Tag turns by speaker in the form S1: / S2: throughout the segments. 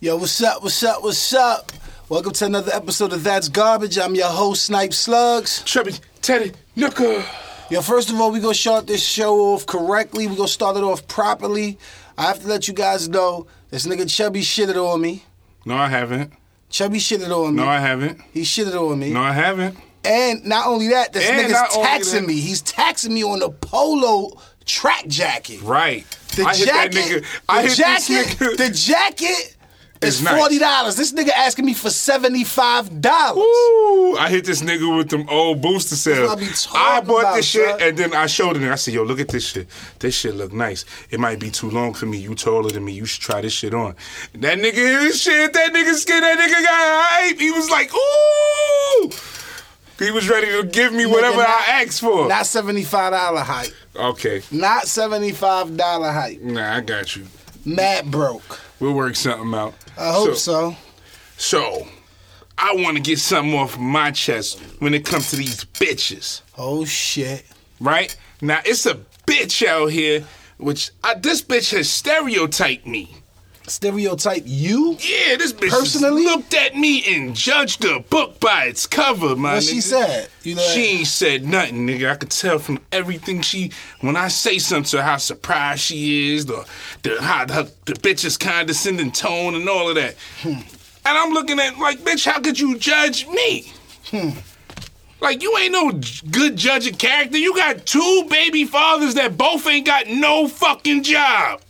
S1: Yo, what's up? What's up? What's up? Welcome to another episode of That's Garbage. I'm your host, Snipe Slugs.
S2: Trippy, Teddy, Nooker.
S1: Yo, first of all, we're gonna start this show off correctly. We're gonna start it off properly. I have to let you guys know this nigga Chubby shitted on me.
S2: No, I haven't.
S1: Chubby shitted on me.
S2: No, I haven't.
S1: he shitted on me.
S2: No, I haven't.
S1: And not only that, this
S2: And not
S1: nigga's
S2: only
S1: taxing
S2: that-
S1: me. He's taxing me on the polo track jacket.
S2: Right.
S1: The
S2: I hit
S1: jacket,
S2: that nigga. I
S1: the
S2: hit
S1: jacket,
S2: this nigga.
S1: the jacket is
S2: It's nice.
S1: forty dollars. This nigga asking me for seventy five dollars.
S2: Ooh, I hit this nigga with them old booster cells.
S1: what I be talking
S2: I bought
S1: about,
S2: this shit
S1: bruh.
S2: and then I showed it and I said, "Yo, look at this shit. This shit look nice. It might be too long for me. You taller than me. You should try this shit on." That nigga hit his shit. That nigga skin. That nigga got hype. He was like, "Ooh." He was ready to give me whatever
S1: not-
S2: I asked for.
S1: Not seventy five dollar hype.
S2: okay,
S1: Not seventy five dollar hype.
S2: nah, I got you.
S1: Matt broke.
S2: We'll work something out.
S1: I hope so.
S2: So, I want to get something off my chest when it comes to these bitches,
S1: Oh shit.
S2: right? Now, it's a bitch out here, which I, this bitch has stereotyped me.
S1: Stereotype you?
S2: Yeah, this bitch
S1: Personally?
S2: Personally? looked at me and judged the book by its cover, my
S1: What
S2: nigga.
S1: she said. You know
S2: She ain't said nothing, nigga. I could tell from everything she. When I say something to her, how surprised she is, the the how the, the bitch's condescending tone and all of that.
S1: Hmm.
S2: And I'm looking at like, bitch, how could you judge me?
S1: Hmm.
S2: Like you ain't no j- good judge of character. You got two baby fathers that both ain't got no fucking job.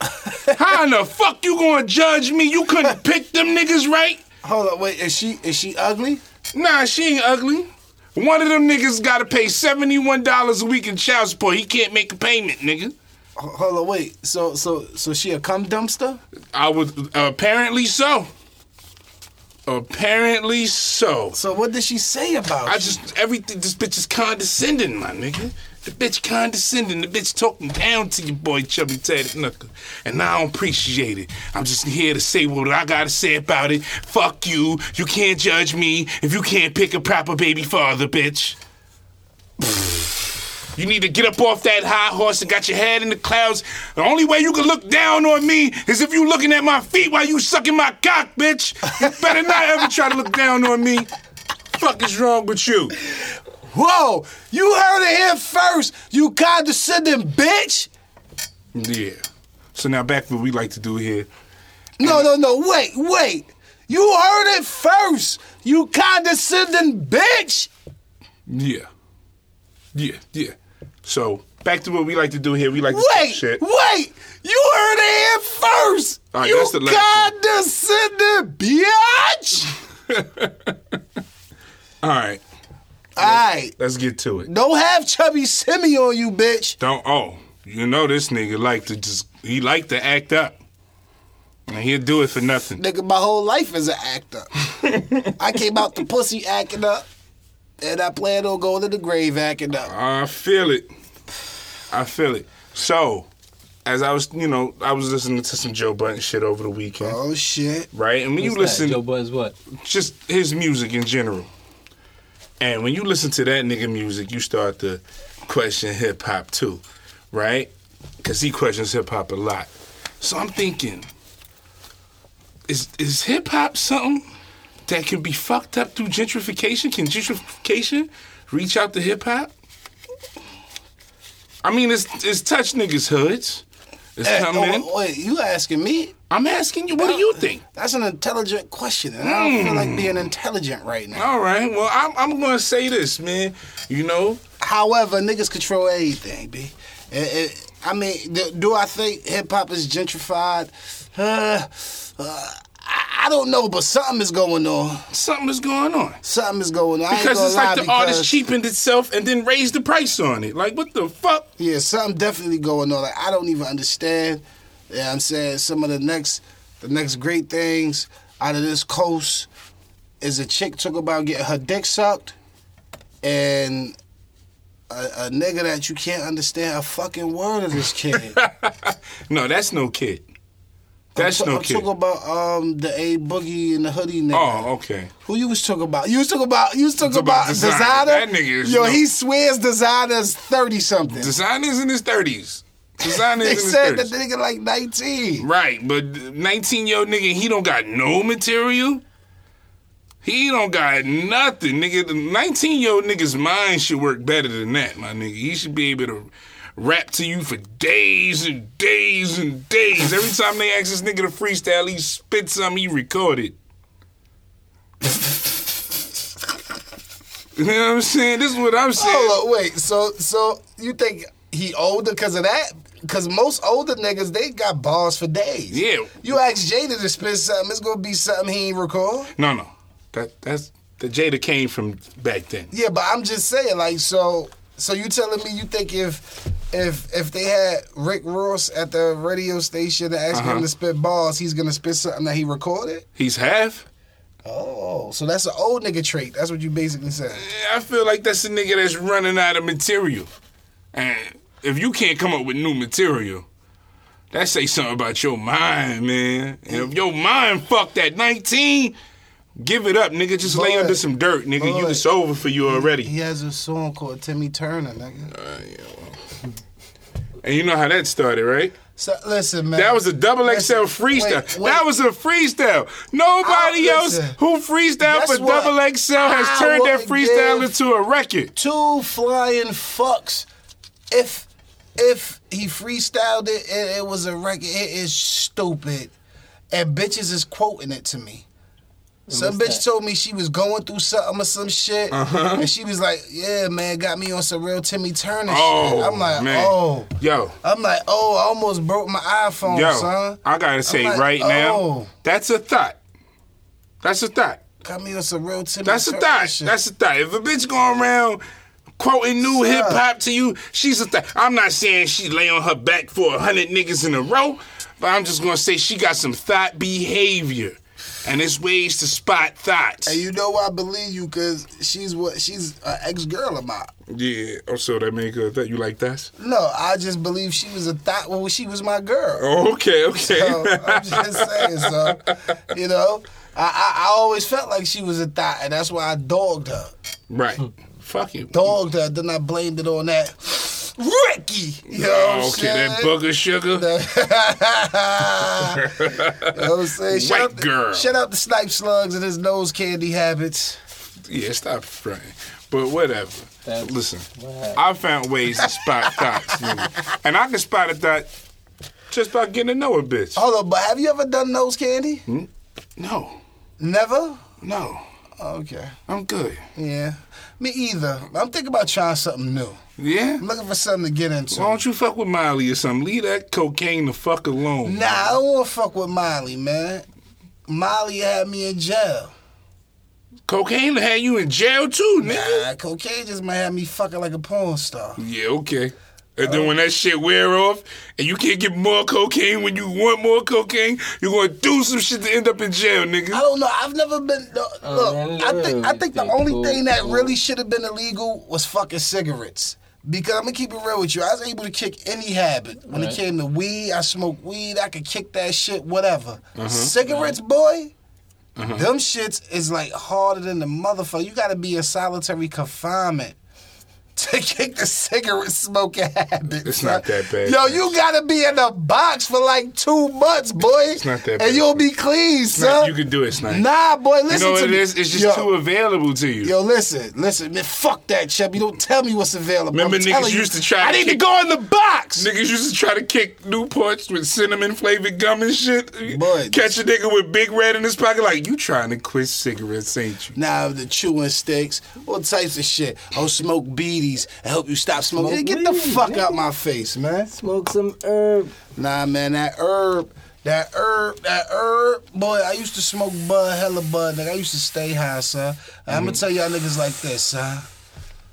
S2: How in the fuck you gonna judge me? You couldn't pick them niggas right.
S1: Hold up, wait, is she is she ugly?
S2: Nah, she ain't ugly. One of them niggas gotta pay seventy-one dollars a week in child support. He can't make a payment, nigga.
S1: Ho- Hold up, wait. So so so she a cum dumpster?
S2: I would apparently so. Apparently so.
S1: So what did she say about
S2: I
S1: you?
S2: just everything. This bitch is condescending, my nigga. The bitch condescending. The bitch talking down to your boy Chubby Teddy Knuckle, and I don't appreciate it. I'm just here to say what I gotta say about it. Fuck you. You can't judge me if you can't pick a proper baby father, bitch. You need to get up off that high horse and got your head in the clouds. The only way you can look down on me is if you looking at my feet while you sucking my cock, bitch. You better not ever try to look down on me. Fuck is wrong with you?
S1: Whoa! Oh, You heard it here first, you condescending bitch!
S2: Yeah. So now back to what we like to do here.
S1: No, no, no, wait, wait! You heard it first, you condescending bitch!
S2: Yeah. Yeah, yeah. So back to what we like to do here. We like to talk
S1: Wait,
S2: shit.
S1: wait! You heard it here first!
S2: All right,
S1: you
S2: that's the last
S1: condescending bitch!
S2: All right.
S1: Alright,
S2: Let's get to it.
S1: don't have Chubby Simi on you, bitch!
S2: Don't oh, you know this nigga like to just he like to act up. And he'll do it for nothing.
S1: Nigga, my whole life is an actor. I came out the pussy acting up, and I plan on going to the grave acting up.
S2: I feel it. I feel it. So, as I was, you know, I was listening to some Joe Button shit over the weekend,
S1: Oh shit.
S2: right? And when you listen,
S3: Joe Buzz what?
S2: just his music in general. And when you listen to that nigga music, you start to question hip hop too, right? Because he questions hip hop a lot. So I'm thinking, is is hip hop something that can be fucked up through gentrification? Can gentrification reach out to hip hop? I mean, it's it's touch niggas' hoods. It's
S1: Hey,
S2: coming. in.
S1: oh, wait, you asking me?
S2: I'm asking you, what do you think?
S1: That's an intelligent question, and I
S2: Hmm.
S1: don't feel like being intelligent right now.
S2: All right. Well, I'm, I'm going to say this, man. You know,
S1: However, niggas control anything, b. It- it- I mean, do, do I think hip hop is gentrified? Uh, uh, I, I don't know, but something is going on.
S2: something is going on.
S1: Something is going on. I ain't
S2: Because
S1: gonna
S2: it's
S1: lie,
S2: like the
S1: because-
S2: artist cheapened itself and then raised the price on it. Like, what the fuck?
S1: Yeah, something definitely going on. Like I don't even understand. Yeah, I'm saying some of the next the next great things out of this coast is a chick talk about getting her dick sucked and a, a nigga that you can't understand a fucking word of this kid.
S2: No, that's no kid. That's
S1: I'm, ta-
S2: no
S1: I'm
S2: kid.
S1: talking about um the A Boogie and the hoodie nigga.
S2: Oh, okay.
S1: Who you was talking about? You was talking about you was talking
S2: Talking about
S1: about,
S2: designer.
S1: designer.
S2: That nigga is
S1: Yo,
S2: no-
S1: he swears designer's thirty something.
S2: Designer's in his 30s. Design
S1: They
S2: is in
S1: said that
S2: his
S1: the
S2: 30s.
S1: nigga like 19.
S2: Right, but 19 year old nigga, he don't got no material. He don't got nothing, nigga. The 19 year old nigga's mind should work better than that, my nigga. He should be able to rap to you for days and days and days. Every time they ask this nigga to freestyle, he spits something he recorded. you know what I'm saying? This is what I'm saying.
S1: Hold up, wait. So so you think he older because of that? Because most older niggas, they got bars for days.
S2: Yeah.
S1: You ask Jada to spit something, it's gonna be something he ain't record.
S2: No, no. That that's the Jada came from back then.
S1: Yeah, but I'm just saying, like, so so you telling me you think if if if they had Rick Ross at the radio station and asked
S2: Uh-huh.
S1: him to spit bars, he's gonna spit something that he recorded?
S2: He's half.
S1: Oh, so that's an old nigga trait. That's what you basically said.
S2: I feel like that's a nigga that's running out of material. And if you can't come up with new material, that say something about your mind, man. And if your mind fucked at 19, give it up, nigga. Just lay
S1: Boy.
S2: under some dirt, nigga. You
S1: Boy.
S2: it's over for you already.
S1: He has a song called Timmy Turner, nigga.
S2: And you know how that started, right?
S1: So listen, man.
S2: That was a double XL
S1: Listen, wait,
S2: freestyle.
S1: wait.
S2: That was a freestyle. Nobody
S1: I-
S2: else
S1: listen.
S2: who freestyled
S1: Guess
S2: for
S1: what?
S2: double XL has
S1: I
S2: turned that
S1: would
S2: freestyle
S1: give-
S2: into a record.
S1: two flying fucks. If if he freestyled it, it, it was a record. It is stupid, and bitches is quoting it to me. Some bitch told me she was going through something or some shit,
S2: Uh-huh.
S1: and she was like, "Yeah, man, got me on some real Timmy Turner
S2: Oh,
S1: shit." I'm like,
S2: man.
S1: "Oh."
S2: Yo,
S1: I'm like, oh, I almost broke my iPhone,
S2: Yo,
S1: Oh, son.
S2: I gotta say
S1: like,
S2: right
S1: oh.
S2: now, that's a thought. That's a thought.
S1: Got me on some real Timmy
S2: That's a
S1: Turner
S2: thought.
S1: shit.
S2: That's a thought. If a bitch going around quoting new
S1: Son.
S2: hip hop to you, she's a thought. I'm not saying she lay on her back for a hundred niggas in a row, but I'm just gonna say she got some thought behavior, and it's ways to spot thoughts.
S1: and you know why I believe you, cause she's what she's an ex girl of mine.
S2: yeah. Oh, so that make her that you like that?
S1: No, I just believe she was a thought. Well, she was my girl.
S2: Oh, okay. Okay.
S1: So, I'm just saying, so you know, I, I I always felt like she was a thought, and that's why I dogged her.
S2: right. Fuck you.
S1: Dogged her. Then I blamed it on that Ricky. You know what I'm
S2: Oh, okay, that
S1: saying?
S2: booger sugar.
S1: you know what I'm saying? Shout
S2: White
S1: out-
S2: girl.
S1: Shout out to Snipe Slugs and his nose candy habits.
S2: Yeah, stop fronting. But whatever.
S3: That's-
S2: Listen,
S3: wow.
S2: I found ways to spot thoughts, nigga. and I can spot a thought just by getting to know a bitch.
S1: Hold on, but have you ever done nose candy?
S2: No,
S1: Never.
S2: no,
S1: Okay.
S2: I'm good.
S1: Yeah. Me either. I'm thinking about trying something new.
S2: Yeah.
S1: I'm looking for something to get into.
S2: Why don't you fuck with Miley or something? Leave that cocaine the fuck alone.
S1: Nah, I don't want to fuck with Molly, man. Molly had me in jail.
S2: Cocaine had you in jail too, nigga.
S1: Nah, cocaine just might have me fucking like a porn star.
S2: Yeah, okay. And then when that shit wear off, and you can't get more cocaine when you want more cocaine, you're gonna do some shit to end up in jail, nigga.
S1: I don't know. I've never been. no, Look,
S3: Oh, man,
S1: I think I think the
S3: really
S1: only
S3: cool,
S1: thing that
S3: cool.
S1: really should have been illegal was fucking cigarettes. Because I'm gonna keep it real with you, I was able to kick any habit. When it
S3: Right.
S1: came to weed, I smoked weed. I could kick that shit, whatever.
S2: Mm-hmm.
S1: Cigarettes, boy. Them shits is like harder than the motherfucker. You gotta be in solitary confinement to kick the cigarette smoking habit.
S2: It's not
S1: son.
S2: that bad,
S1: Yo,
S2: man.
S1: you gotta be in a box for like two months, boy. It's
S2: not that
S1: and
S2: bad.
S1: you'll be clean,
S2: Nah,
S1: son.
S2: you can do it, Snipe.
S1: Nah, boy,
S2: You
S1: listen
S2: know what
S1: to
S2: it
S1: me.
S2: is? It's just
S1: yo,
S2: too available to you.
S1: Yo, listen, listen, man. Fuck that, Chep. You don't tell me what's available.
S2: Remember
S1: I'm
S2: niggas
S1: telling you,
S2: used to try
S1: I
S2: to
S1: need to
S2: kick-
S1: go in the box.
S2: Niggas used to try to kick Newports with cinnamon flavored gum and shit.
S1: But-
S2: Catch a nigga with big red in his pocket, like you trying to quit cigarettes, ain't you?
S1: Now the chewing sticks, all types of shit. Oh, smoke beaties and help you stop smoking.
S3: Smoke
S1: Get the
S3: weed,
S1: fuck
S3: nigga.
S1: out my face, man.
S3: Smoke some herb.
S1: Nah, man, that herb, that herb, that herb. Boy, I used to smoke bud, hella bud, nigga. I used to stay high, son. I'm
S2: Mm-hmm.
S1: gonna tell y'all niggas like this, son.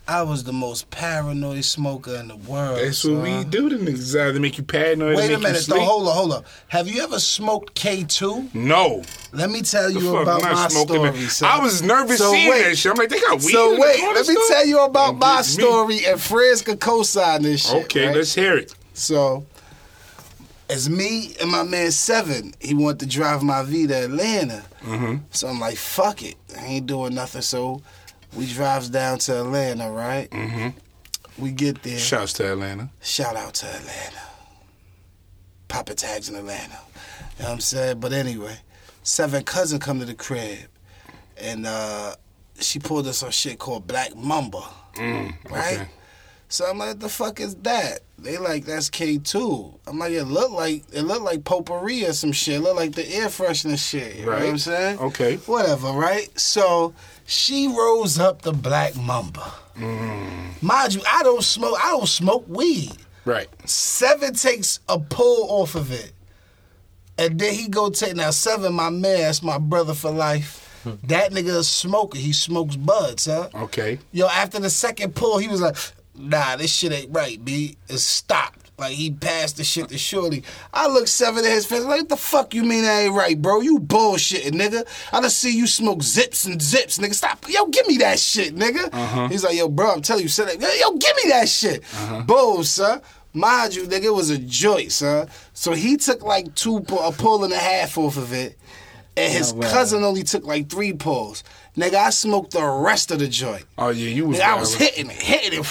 S1: I was the most paranoid smoker in the world.
S2: That's what
S1: son.
S2: we do to niggas. Either make you paranoid,
S1: Wait
S2: or
S1: a
S2: make you
S1: minute,
S2: sleep.
S1: though. Hold up, hold up. Have you ever smoked K2?
S2: no,
S1: Let me tell
S2: the
S1: you
S2: fuck,
S1: about
S2: I'm
S1: my
S2: not smoking.
S1: story.
S2: that.
S1: son.
S2: I was nervous
S1: So
S2: seeing
S1: wait.
S2: that shit. I'm like, they got weed.
S1: So
S2: in
S1: wait,
S2: the corner
S1: let me
S2: store?
S1: tell you about
S2: Don't
S1: my
S2: get me.
S1: story, and Friends could co-sign this shit.
S2: Okay,
S1: right?
S2: let's hear it.
S1: So, it's me and my man Seven. He wanted to drive my V to Atlanta.
S2: Mm-hmm.
S1: So I'm like, fuck it. I ain't doing nothing. So we drives down to Atlanta, right? Mm-hmm. We get there.
S2: Shouts to Atlanta.
S1: Shout out to Atlanta. Papa Tags in Atlanta. You know what I'm saying? But anyway, Seven Cousin come to the crib, and uh, she pulled us some shit called Black Mamba, right?
S2: Mm, okay.
S1: So I'm like, the fuck is that? They like that's K2. I'm like, it look like it look like potpourri or some shit. It look like the air freshener shit. You know what I'm
S2: Right.
S1: saying?
S2: Okay.
S1: Whatever, right? So she rolls up the black mamba.
S2: Mm.
S1: Mind you, I don't smoke I don't smoke weed.
S2: Right.
S1: Seven takes a pull off of it. And then he go take now seven, my man, that's my brother for life. That nigga a smoker. He smokes buds, huh?
S2: Okay.
S1: Yo, after the second pull, he was like, nah, this shit ain't right, B. It stopped. Like, he passed the shit to Shorty. I looked seven in his face, like, what the fuck you mean that ain't right, bro? You bullshitting, nigga. I done see you smoke zips and zips, nigga. Stop. Yo, give me that shit, nigga.
S3: Uh-huh.
S1: He's like, yo, bro, I'm telling you, said that. Yo, give me that shit. Bull, son. Mind you, nigga, it was a joint, son. So he took like two, pu- a pull and a half off of it. And his
S3: No way.
S1: cousin only took like three pulls. Nigga, I smoked the rest of the joint.
S2: Oh yeah, you was.
S1: Nigga, I was hitting it, hitting it,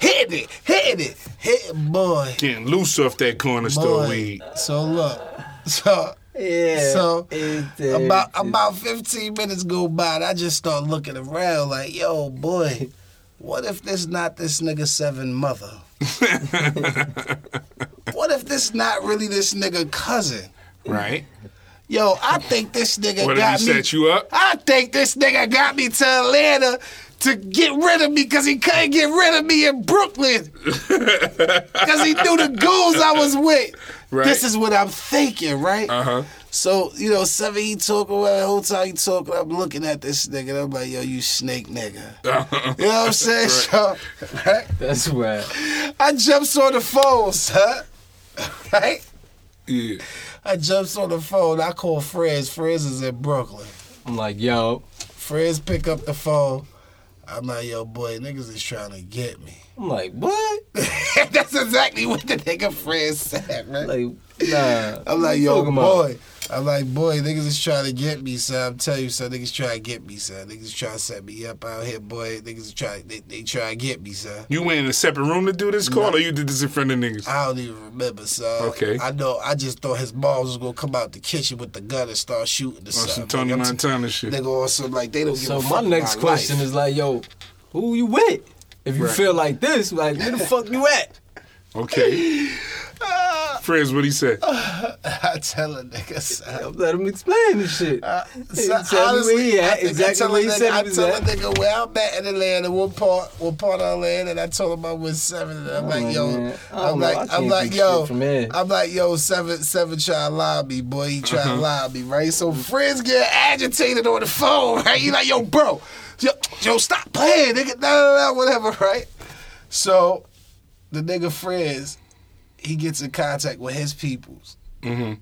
S1: hitting it, hitting it, hitting boy.
S2: Getting loose off that corner store
S1: boy.
S2: weed.
S1: So look, so
S3: Yeah.
S1: so
S3: it did.
S1: about about 15 minutes go by, and I just start looking around like, yo, boy, what if this not this nigga seven mother? what if this not really this nigga cousin?
S2: Right.
S1: Yo, I think this nigga
S2: What
S1: got
S2: did he
S1: me.
S2: set you up?
S1: I think this nigga got me to Atlanta to get rid of me because he couldn't get rid of me in Brooklyn. Because he knew the goons I was with.
S2: Right.
S1: This is what I'm thinking, right?
S2: Uh-huh.
S1: So, you know, seven, he talking, well, the whole time he talking, I'm looking at this nigga, and I'm like, yo, you snake nigga.
S2: Uh-huh.
S1: You know what I'm saying? So, right?
S3: That's wild.
S1: I jumps on the phone, huh? Right?
S2: yeah.
S1: I jumps on the phone. I call Frizz. Frizz is in Brooklyn.
S3: I'm like, yo.
S1: Friends pick up the phone. I'm like, yo, boy, niggas is trying to get me.
S3: I'm like, what?
S1: That's exactly what the nigga friends said, man.
S3: Like, nah.
S1: I'm like,
S3: You
S1: yo,
S3: talking about-
S1: boy. I'm like, boy, niggas is trying to get me, son. I'm telling you, son, niggas trying to get me, son. Niggas trying to set me up out here, boy. Niggas is trying, they, they trying to get me, son.
S2: You went in a separate room to do this call, or you did this in front of niggas?
S1: I don't even remember, son.
S2: Okay.
S1: I know, I just thought his balls was gonna come out the kitchen with the gun and start shooting the
S2: On
S1: son.
S2: Uh, some Tony
S1: Like, I'm t-
S2: Montana shit.
S1: Nigga, also, like, they don't give
S3: So
S1: a fuck.
S3: my next
S1: about
S3: question
S1: life.
S3: is like, yo, who you with? If you
S2: Right.
S3: feel like this, like, where the fuck you at?
S2: Okay.
S1: Ah.
S2: Friends, what he said?
S1: Uh. I tell a nigga, son.
S3: Yo, Let him explain this shit.
S1: Uh,
S3: He
S1: so
S3: tell me where
S1: honestly,
S3: he at,
S1: I think
S3: exactly
S1: I tell
S3: where he
S1: a nigga,
S3: said he
S1: I
S3: was
S1: tell a
S3: at.
S1: nigga where I'm at in Atlanta, what part, what part of Atlanta, and I told him I was seven. And I'm like, yo,
S3: man. I don't
S1: I'm
S3: know. I
S1: like,
S3: can't
S1: I'm like,
S3: do
S1: yo,
S3: shit from here.
S1: I'm like, yo, seven, seven trying to lie me, boy. He trying to lie me, right? So friends get agitated on the phone, right? He like, yo, bro, yo, yo, stop playing, nigga, nah, nah, nah, whatever, right? So the nigga friends, he gets in contact with his peoples
S2: Mm-hmm.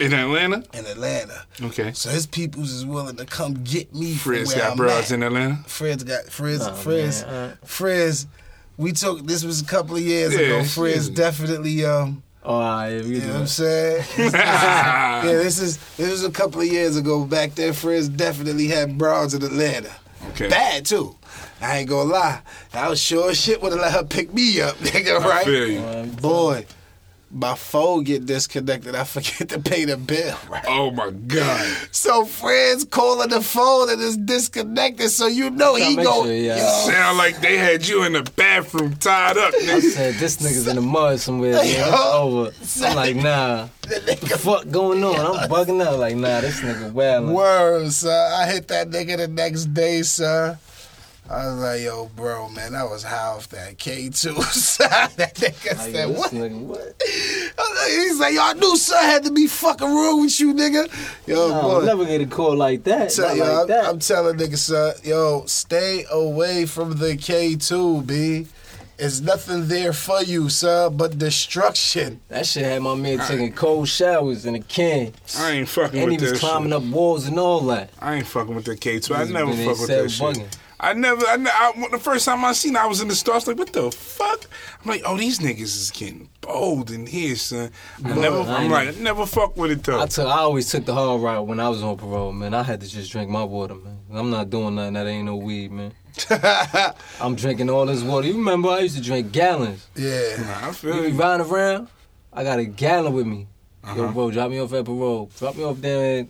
S2: In Atlanta?
S1: in Atlanta.
S2: Okay.
S1: So his peoples is willing to come get me from
S2: Friends
S1: where
S2: got
S1: I'm
S2: bros
S1: at.
S2: in Atlanta?
S1: Fred's got Fred's
S3: Oh,
S1: Fred's
S3: man, all right.
S1: Fred's. We took this was a couple of years
S2: Yeah,
S1: ago. Fred's
S2: shit.
S1: definitely um.
S3: Oh, all right, we
S1: You know
S3: can do
S1: what I'm
S3: that.
S1: saying? yeah, this is this was a couple of years ago. Back then, Fred's definitely had broads in Atlanta.
S2: Okay.
S1: Bad too. I ain't gonna lie. I was sure as shit would have let her pick me up, nigga. Right?
S2: I feel you.
S3: Um,
S1: Boy, my phone get disconnected. I forget to pay the bill. Right?
S2: Oh my God.
S1: So friends calling the phone and it's disconnected, so you know he
S3: make
S1: go.
S3: sure, yeah.
S1: Oh.
S2: Sound like they had you in the bathroom tied up,
S3: I
S2: nigga.
S3: said this nigga's in the mud somewhere. Man. It's
S1: Yo.
S3: over. I'm like, nah.
S1: The nigga
S3: Fuck going on? I'm bugging out. Like, nah, this nigga wild.
S1: Word, son. I hit that nigga the next day, son. I was like, yo, bro, man, I was high off that K2, son. That nigga
S3: Like,
S1: said,
S3: yo, this
S1: what?
S3: nigga, what?
S1: I was like- He's like, yo, I knew son had to be fucking real with you, nigga. Yo,
S3: Nah,
S1: boy.
S3: I'll never get a call like that.
S1: Tell-
S3: Not
S1: yo,
S3: like
S1: I'm,
S3: that.
S1: I'm telling niggas, son, yo, stay away from the K2, B. It's nothing there for you, son, but destruction.
S3: that shit had my man taking cold showers in a can.
S2: I ain't fucking
S3: And he
S2: with
S3: was
S2: that
S3: climbing
S2: shit.
S3: up walls and all that.
S2: I ain't fucking with that K2. I
S3: Niggas
S2: never
S3: been in
S2: fuck with
S3: cell
S2: that shit.
S3: bugging.
S2: I never, I, ne- I, the first time I seen it, I was in the store. I was like, what the fuck? I'm like, oh, these niggas is getting bold in here, son. I never,
S3: I
S2: I'm
S3: ain't-
S2: like, I never fuck with it,
S3: I
S2: though.
S3: took. I always took the hard route when I was on parole, man. I had to just drink my water, man. I'm not doing nothing that ain't no weed, man. I'm drinking all this water. You remember I used to drink gallons.
S1: Yeah.
S2: Nah, I
S3: You
S2: feel
S3: be
S2: you.
S3: riding around, I got a gallon with me. Yo,
S2: Uh-huh.
S3: bro, drop me off at parole. Drop me off there. at-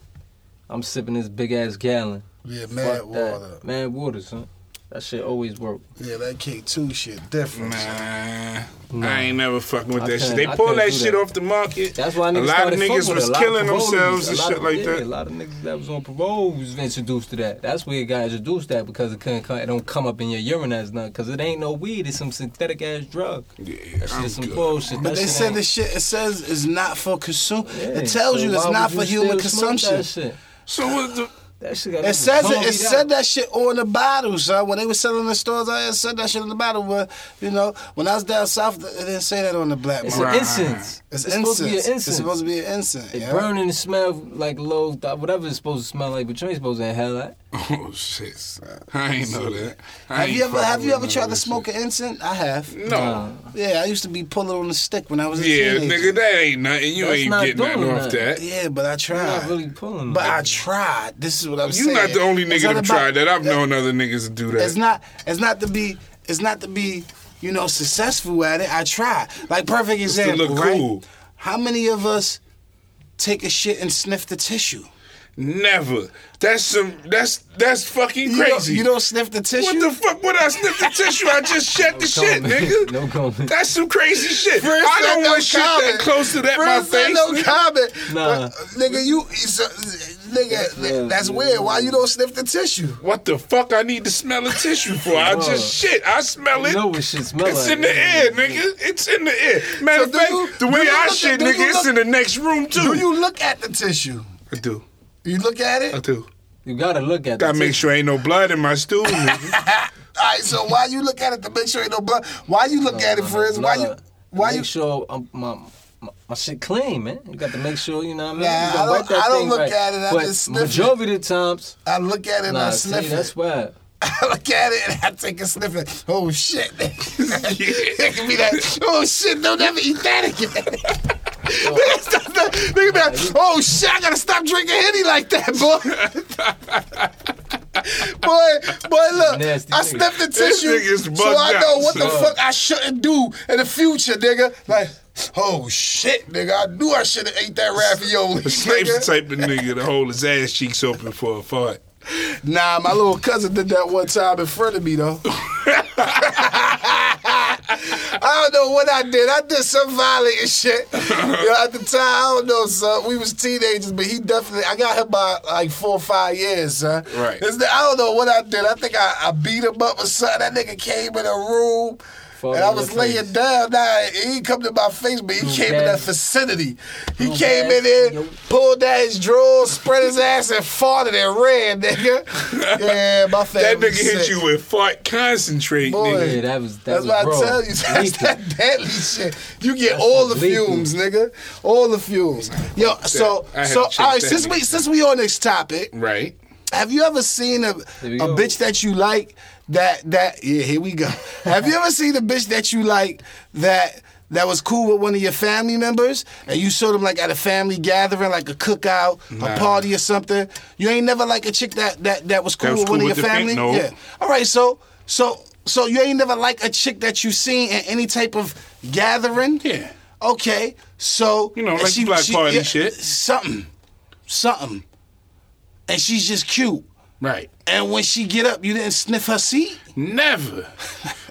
S3: I'm sipping this big ass gallon.
S4: Yeah, mad
S3: Fuck that.
S4: water.
S3: Man, water, son. That shit always work.
S4: Yeah, that K2 shit different. son.
S2: Man,
S3: Nah.
S2: I ain't never fucking with
S3: I
S2: that shit.
S3: couldn't-
S2: They
S3: I
S2: pulled
S3: couldn't
S2: that
S3: do
S2: shit
S3: that.
S2: off the market.
S3: That's why
S2: A
S3: niggas
S2: lot of
S3: started
S2: niggas
S3: fucking
S2: was
S3: with it. A lot of
S2: killing
S3: parolees,
S2: themselves
S3: a
S2: and
S3: lot
S2: shit
S3: of-
S2: like
S3: yeah,
S2: that.
S3: A lot of niggas that was on parole was introduced to that. That's where it got introduced that because it couldn't come, it don't come up in your urine as nothing because it ain't no weed. It's some synthetic ass drug.
S2: Yeah,
S3: It's
S2: I'm
S3: just some
S2: good.
S3: bullshit.
S4: But
S3: That
S4: they
S3: shit
S4: said
S3: ain't-
S4: this shit. It says it's not for consume.
S3: Yeah,
S4: it tells
S3: so
S4: you it's
S3: why
S4: not
S3: would
S4: for
S3: you
S4: human
S3: still smoke
S4: consumption.
S3: That shit,
S2: So what the?
S3: that shit got
S4: It says it. It
S3: zombied
S4: said
S3: out.
S4: that shit on the bottle, son. When they were selling in the stores, I had said that shit on the bottle. But you know, when I was down south, it didn't say that on the black
S3: It's
S4: market.
S2: Right.
S3: an incense.
S4: It's,
S3: supposed to be an
S4: incense.
S3: incense.
S4: It's supposed to be an incense.
S3: It
S4: yeah.
S3: burn and it smell like low, th- whatever it's supposed to smell like, but you ain't supposed to inhale that.
S2: Oh shit! son. I ain't know that. I
S4: Have
S2: ain't
S4: you ever
S2: fucking
S4: have you
S2: with
S4: ever
S2: none
S4: tried
S2: of
S4: to
S2: that
S4: smoke
S2: shit.
S4: an incense? I have.
S2: No.
S3: Nah.
S4: Yeah, I used to be pulling on the stick when I was a
S2: Yeah,
S4: teenager.
S2: nigga, that ain't nothing. You
S3: That's
S2: ain't
S3: not
S2: getting nothing
S3: doing
S2: off
S3: nothing.
S2: that.
S4: Yeah, but I
S3: You're
S4: tried.
S3: not really pulling.
S4: But
S3: nothing.
S4: I tried. This is what I'm
S2: You
S4: saying.
S2: Mm-hmm. not the only
S4: It's
S2: nigga
S4: not
S2: that
S4: about-
S2: tried that. I've known other niggas that do
S4: It's
S2: that.
S4: not. It's not to be. It's not to be. You know, successful at it. I try. Like perfect
S2: to
S4: example,
S2: look
S4: right?
S2: cool.
S4: How many of us take a shit and sniff the tissue?
S2: Never. That's some. That's that's fucking
S4: You don't-
S2: crazy.
S4: you don't sniff the tissue.
S2: What the fuck would I sniff the tissue? I just shed the shit,
S3: comment.
S2: nigga.
S3: No comment.
S2: That's some crazy shit.
S4: Friends
S2: I
S4: said
S2: don't
S4: no
S2: want shit that
S4: comment.
S2: close to that
S4: Friends
S2: my
S4: said
S2: face.
S4: no
S2: nigga.
S4: comment.
S3: Nah.
S4: But, uh, nigga, you, it's, uh, nigga,
S3: Yeah,
S4: that's
S3: yeah.
S4: weird. Why you don't sniff the tissue?
S2: What the fuck I need to smell a tissue for? I
S3: Bruh.
S2: just shit. I smell
S3: You
S2: it.
S3: know what shit smell
S2: It's
S3: like.
S2: in the air, nigga. It's in the air. Matter
S4: So
S2: of
S4: do
S2: fact,
S4: you-
S2: the
S4: do
S2: way
S4: you
S2: I
S4: look-
S2: shit,
S4: do you
S2: nigga, it's
S4: look-
S2: in the next room too.
S4: Do you look at the tissue?
S2: I do.
S4: You look at it.
S2: I do.
S3: You gotta look at that.
S2: Gotta make sure ain't no blood in my stool, nigga.
S4: All right, so why you look at it to make sure ain't no blood? Why you look at it, friends? Why you? Why
S3: make
S4: you?
S3: sure um, my, my my shit clean, man. You got to make sure you know what I mean.
S4: Nah,
S3: you gotta
S4: I
S3: wipe
S4: don't-
S3: that
S4: I don't
S3: thing
S4: look
S3: right.
S4: at it, I
S3: but
S4: just sniff it.
S3: majority of the times,
S4: I look at it and
S3: nah,
S4: I
S3: see,
S4: sniff it.
S3: that's why.
S4: I look at it and I take a sniff and oh shit. it can be that, oh shit, don't ever eat that again. Nigga, stop that. Nigga be like, oh shit, I gotta stop drinking Henny like that, boy. boy, boy, look,
S3: Nasty
S4: I
S3: nigga.
S4: sniffed the
S2: This
S4: tissue,
S2: nigga's
S4: so I
S2: bugged
S4: know
S2: out,
S4: what the
S3: son.
S4: fuck I shouldn't do in the future, nigga. Like, oh shit, nigga, I knew I should have ate that ravioli.
S2: The Snipes the
S4: nigga.
S2: type of nigga to hold his ass cheeks open for a fart.
S4: Nah, my little cousin did that one time in front of me though. I don't know what I did. I did some violent and shit. You know, at the time, I don't know, son. We was teenagers, but he definitely. I got him by like four or five years, son.
S2: Right.
S4: This, I don't know what I did. I think I, I beat him up or something. That nigga came in a room.
S3: Fall
S4: and I
S3: in
S4: was
S3: your
S4: laying
S3: face.
S4: down. Nah, he didn't come to my face, but he
S3: Little
S4: came in that
S3: bad.
S4: vicinity. He
S3: Little
S4: came
S3: bad.
S4: in there,
S3: Yo.
S4: pulled down his drawers, spread his ass, and farted and ran, nigga. Yeah, my family.
S2: That nigga hit
S4: sick.
S2: you with fart concentrate,
S4: Boy.
S2: nigga.
S3: Yeah, that was that
S4: That's
S3: was
S4: why
S3: raw.
S4: I tell you, that's
S3: Lethal.
S4: that deadly shit. You get all the
S3: that's lethal.
S4: fumes, nigga. All the fumes. Yo, so
S2: I had
S4: so
S2: to check
S4: all right.
S2: that
S4: Since we
S2: nigga.
S4: since we on this topic,
S2: Right.
S4: have you ever seen a a
S3: Here we go.
S4: bitch that you like that that yeah here we go. have you ever seen a bitch that you like that that was cool with one of your family members and you saw them like at a family gathering like a cookout, a party or something? You ain't never like a chick that that that was cool
S2: was
S4: with one
S2: cool
S4: of
S2: with
S4: your
S2: the fam-
S4: family.
S2: no.
S4: Yeah. All right, so so so you ain't never like a chick that you seen in any type of gathering.
S2: Yeah.
S4: Okay, so
S2: You know,
S4: and
S2: like black party shit.
S4: Something, something, and she's just cute.
S2: Right.
S4: And when she get up, you didn't sniff her seat.
S2: Never.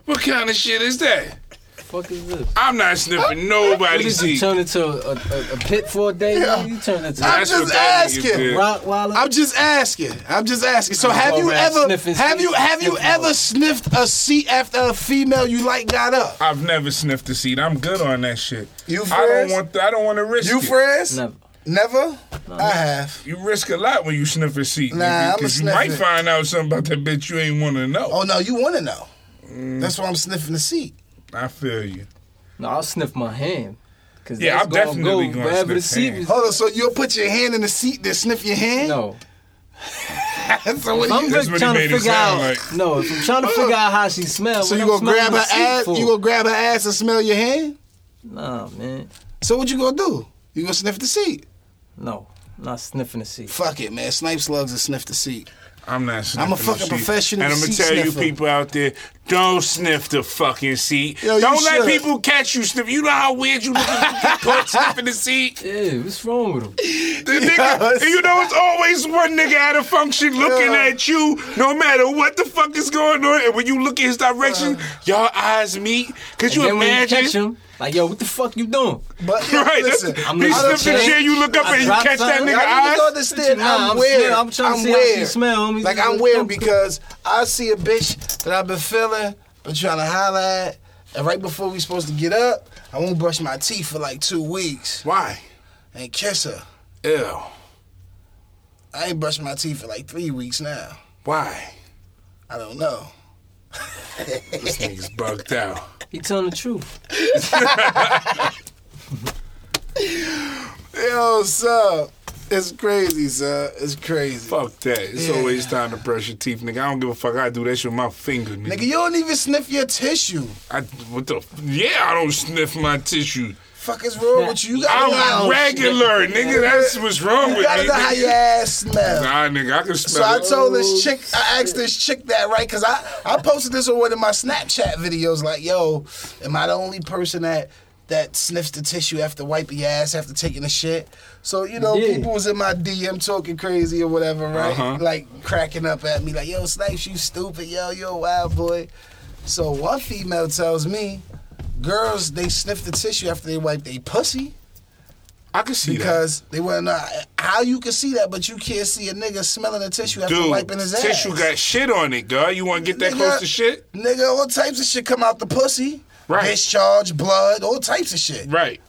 S2: what kind of shit is that?
S3: Fuck is this?
S2: I'm not sniffing
S3: What
S2: nobody's
S3: is you
S2: seat.
S3: turn into a, a, a pit for a day?
S4: Yeah.
S3: man? You turn into
S4: I'm
S3: a
S2: That's what
S4: just
S2: that nigga
S4: asking.
S2: did.
S3: Rottweiler.
S4: I'm just asking. I'm just asking. So have you
S3: Over at
S4: ever
S3: sniffing
S4: have you
S3: seats,
S4: have you
S3: sniffing
S4: ever
S3: all.
S4: sniffed a seat after a female you like got up?
S2: I've never sniffed a seat. I'm good on that shit.
S4: You
S2: I don't
S4: friends?
S2: want. I don't want to risk.
S4: You
S2: it.
S4: friends?
S3: Never.
S4: Never? I have.
S2: You risk a lot when you sniff a seat.
S4: Nah,
S2: nigga,
S4: I'ma
S2: 'cause you
S4: sniff
S2: might
S4: it.
S2: find out something about that bitch you ain't want to know.
S4: Oh no, you want to know? That's why I'm sniffing the seat.
S2: I feel you.
S3: No, I'll sniff my hand. Cause
S2: Yeah,
S3: that's
S2: I'm
S3: gonna
S2: definitely
S3: go
S2: gonna
S3: wherever the
S2: sniff
S3: seat
S2: hand.
S3: is.
S4: Hold on. So you'll put your hand in the seat, then sniff your hand?
S3: No.
S4: so what
S3: If I'm
S4: you,
S2: That's
S3: really
S2: what he
S3: trying to
S2: made it
S3: figure out.
S2: sound like.
S3: No, if I'm trying to figure out how she smells,
S4: so
S3: what
S4: you
S3: I'm
S4: gonna
S3: smelling
S4: grab her
S3: the seat
S4: ass?
S3: for?
S4: You gonna grab her ass and smell your hand?
S3: Nah, man.
S4: So what you gonna do? You gonna sniff the seat?
S3: No, not sniffing the seat.
S4: Fuck it, man. Snipe slugs and sniff the seat.
S2: I'm not. Sniffing
S4: I'm a
S2: no
S4: fucking
S2: seat.
S4: professional
S2: And I'm gonna
S4: seat
S2: tell you,
S4: sniffer.
S2: people out there, Don't sniff the fucking seat.
S1: Yo, you
S2: Don't let
S1: should.
S2: people catch you sniff. You know how weird you look if you get caught sniffing the seat.
S3: Yeah, what's wrong with him?
S2: The nigga, and you know it's always one nigga at a function looking
S1: Yeah.
S2: at you, no matter what the fuck is going on. And when you look in his direction, y'all eyes meet. Could you
S3: then when you catch
S2: imagine?
S3: him, like, yo, what the fuck you doing?
S1: But
S2: Right,
S1: listen,
S2: that's-
S3: I'm
S2: he
S3: not
S2: sniffed the
S3: upset.
S2: chair. You look up
S3: I
S2: and you
S3: dropped
S2: catch that
S3: something.
S2: nigga
S1: I need to
S2: eyes.
S1: understand.
S3: Nah,
S1: I'm,
S3: I'm
S1: weird.
S3: sniff- I'm trying to see how she
S1: weird.
S3: smell, homie.
S1: Like I'm weird because I see a bitch that I've been feeling, been trying to holler at, and right before we supposed to get up, I won't brush my teeth for like two weeks
S2: Why?
S1: and kiss her.
S2: Ew.
S1: I ain't brushed my teeth for like three weeks now.
S2: Why?
S1: I don't know.
S2: This nigga's bugged out.
S3: He telling the truth.
S1: Yo, son, it's crazy, son. It's crazy.
S2: Fuck that. It's
S1: Yeah.
S2: always time to brush your teeth, nigga. I don't give a fuck. I do that shit with my finger, nigga.
S1: Nigga, you don't even sniff your tissue.
S2: I, what the? f- Yeah, I don't sniff my tissue.
S1: Fuck is wrong with you? You gotta know how-
S2: I'm regular, nigga. That's what's wrong
S1: You
S2: with
S1: gotta
S2: me.
S1: know how your
S2: nigga.
S1: ass smells.
S2: Nah, nigga, I can
S1: So I
S2: smell. it.
S1: told
S3: Oh,
S1: this chick, I asked this chick that right, cause I I posted this on one of my Snapchat videos. Like, yo, am I the only person that that sniffs the tissue after wiping your ass after taking a shit? So you know,
S3: Yeah.
S1: people was in my DM talking crazy or whatever, right?
S2: Uh-huh.
S1: Like cracking up at me, like, yo, Snipes, you stupid, yo, you a wild boy. So one female tells me, girls they sniff the tissue after they wipe their pussy
S2: I can see
S1: because they want to know how you can see that, but you can't see a nigga smelling the tissue
S2: that.
S1: after
S2: Dude,
S1: wiping his ass.
S2: tissue got shit on it, girl. You want to get that
S1: Nigga,
S2: close to shit?
S1: Nigga, all types of shit come out the pussy.
S2: Right.
S1: Discharge, blood, all types of shit.
S2: Right,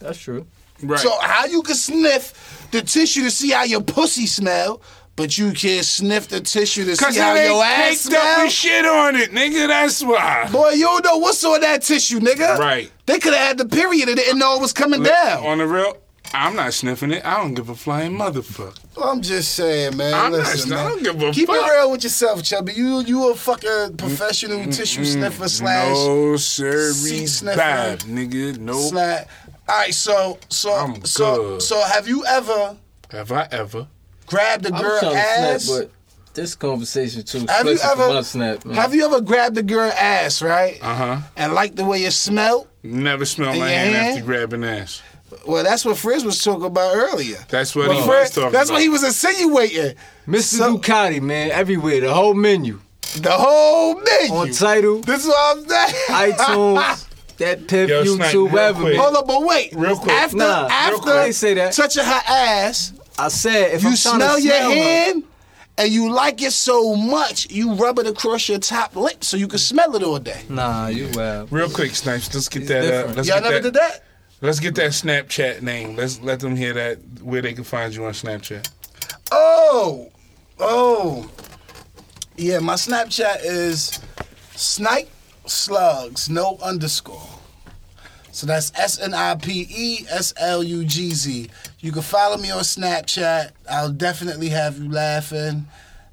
S3: That's true.
S2: right.
S1: So how you can sniff the tissue to see how your pussy smell, but you can't sniff the tissue to
S2: Cause
S1: see how
S2: it ain't
S1: your ass
S2: caked up
S1: smell?
S2: and shit on it, nigga. That's why.
S1: Boy, you don't know what's on that tissue, nigga.
S2: Right.
S1: They could have had the period and didn't know it was coming down.
S2: On the real, I'm not sniffing it. I don't give a flying motherfucker.
S1: I'm just saying, man.
S2: I'm not-
S1: listen,
S2: I
S1: man.
S2: don't give a
S1: Keep
S2: fuck.
S1: it real with yourself, Chubby. You you a fucking professional tissue sniffer slash
S2: no sir,
S1: sea sniffer.
S2: bad nigga. No,
S1: slash. All right, so so
S2: I'm
S1: so
S2: good.
S1: so have you ever
S2: have I ever?
S1: grabbed a
S3: I'm
S1: girl
S3: trying
S1: ass?
S3: to snap, but this conversation too
S1: have you
S3: explicit for my
S1: ever
S3: snap, man.
S1: have you ever grabbed a girl ass right
S2: Uh huh.
S1: and liked the way it smelled?
S2: Never smell
S1: In
S2: my
S1: your
S2: hand,
S1: hand?
S2: after grabbing ass.
S1: Well, that's what Frizz was talking about earlier.
S2: That's what he
S1: Frizz-
S2: was talking
S1: that's
S2: about.
S1: what he was insinuating.
S3: Mr.
S1: So-
S3: Ducati, man, everywhere, the whole menu.
S1: The whole menu.
S3: On title,
S1: this is what I'm saying.
S3: iTunes, that pimp,
S2: Yo, Snipe, real
S3: YouTube, whatever,
S2: quick.
S3: man.
S1: Hold up, but wait.
S2: Real quick.
S1: After
S3: Nah, real
S1: after
S3: quick. I ain't say that.
S1: touching her ass,
S3: I said, if
S1: you
S3: I'm trying
S1: smell
S3: to
S1: your
S3: smell her-
S1: hand and you like it so much, you rub it across your top lip so you can smell it all day.
S3: Nah, you wild.
S2: Real quick, Snipes. Let's get
S3: He's
S2: that. Uh,
S3: different.
S2: let's
S1: Y'all
S2: get
S1: never
S2: that,
S1: did that?
S2: Let's get that Snapchat name. Let's let them hear that where they can find you on Snapchat.
S1: Oh, oh, yeah. My Snapchat is snipe slugs, no underscore. So that's S N I P E S L U G Z. You can follow me on Snapchat. I'll definitely have you laughing.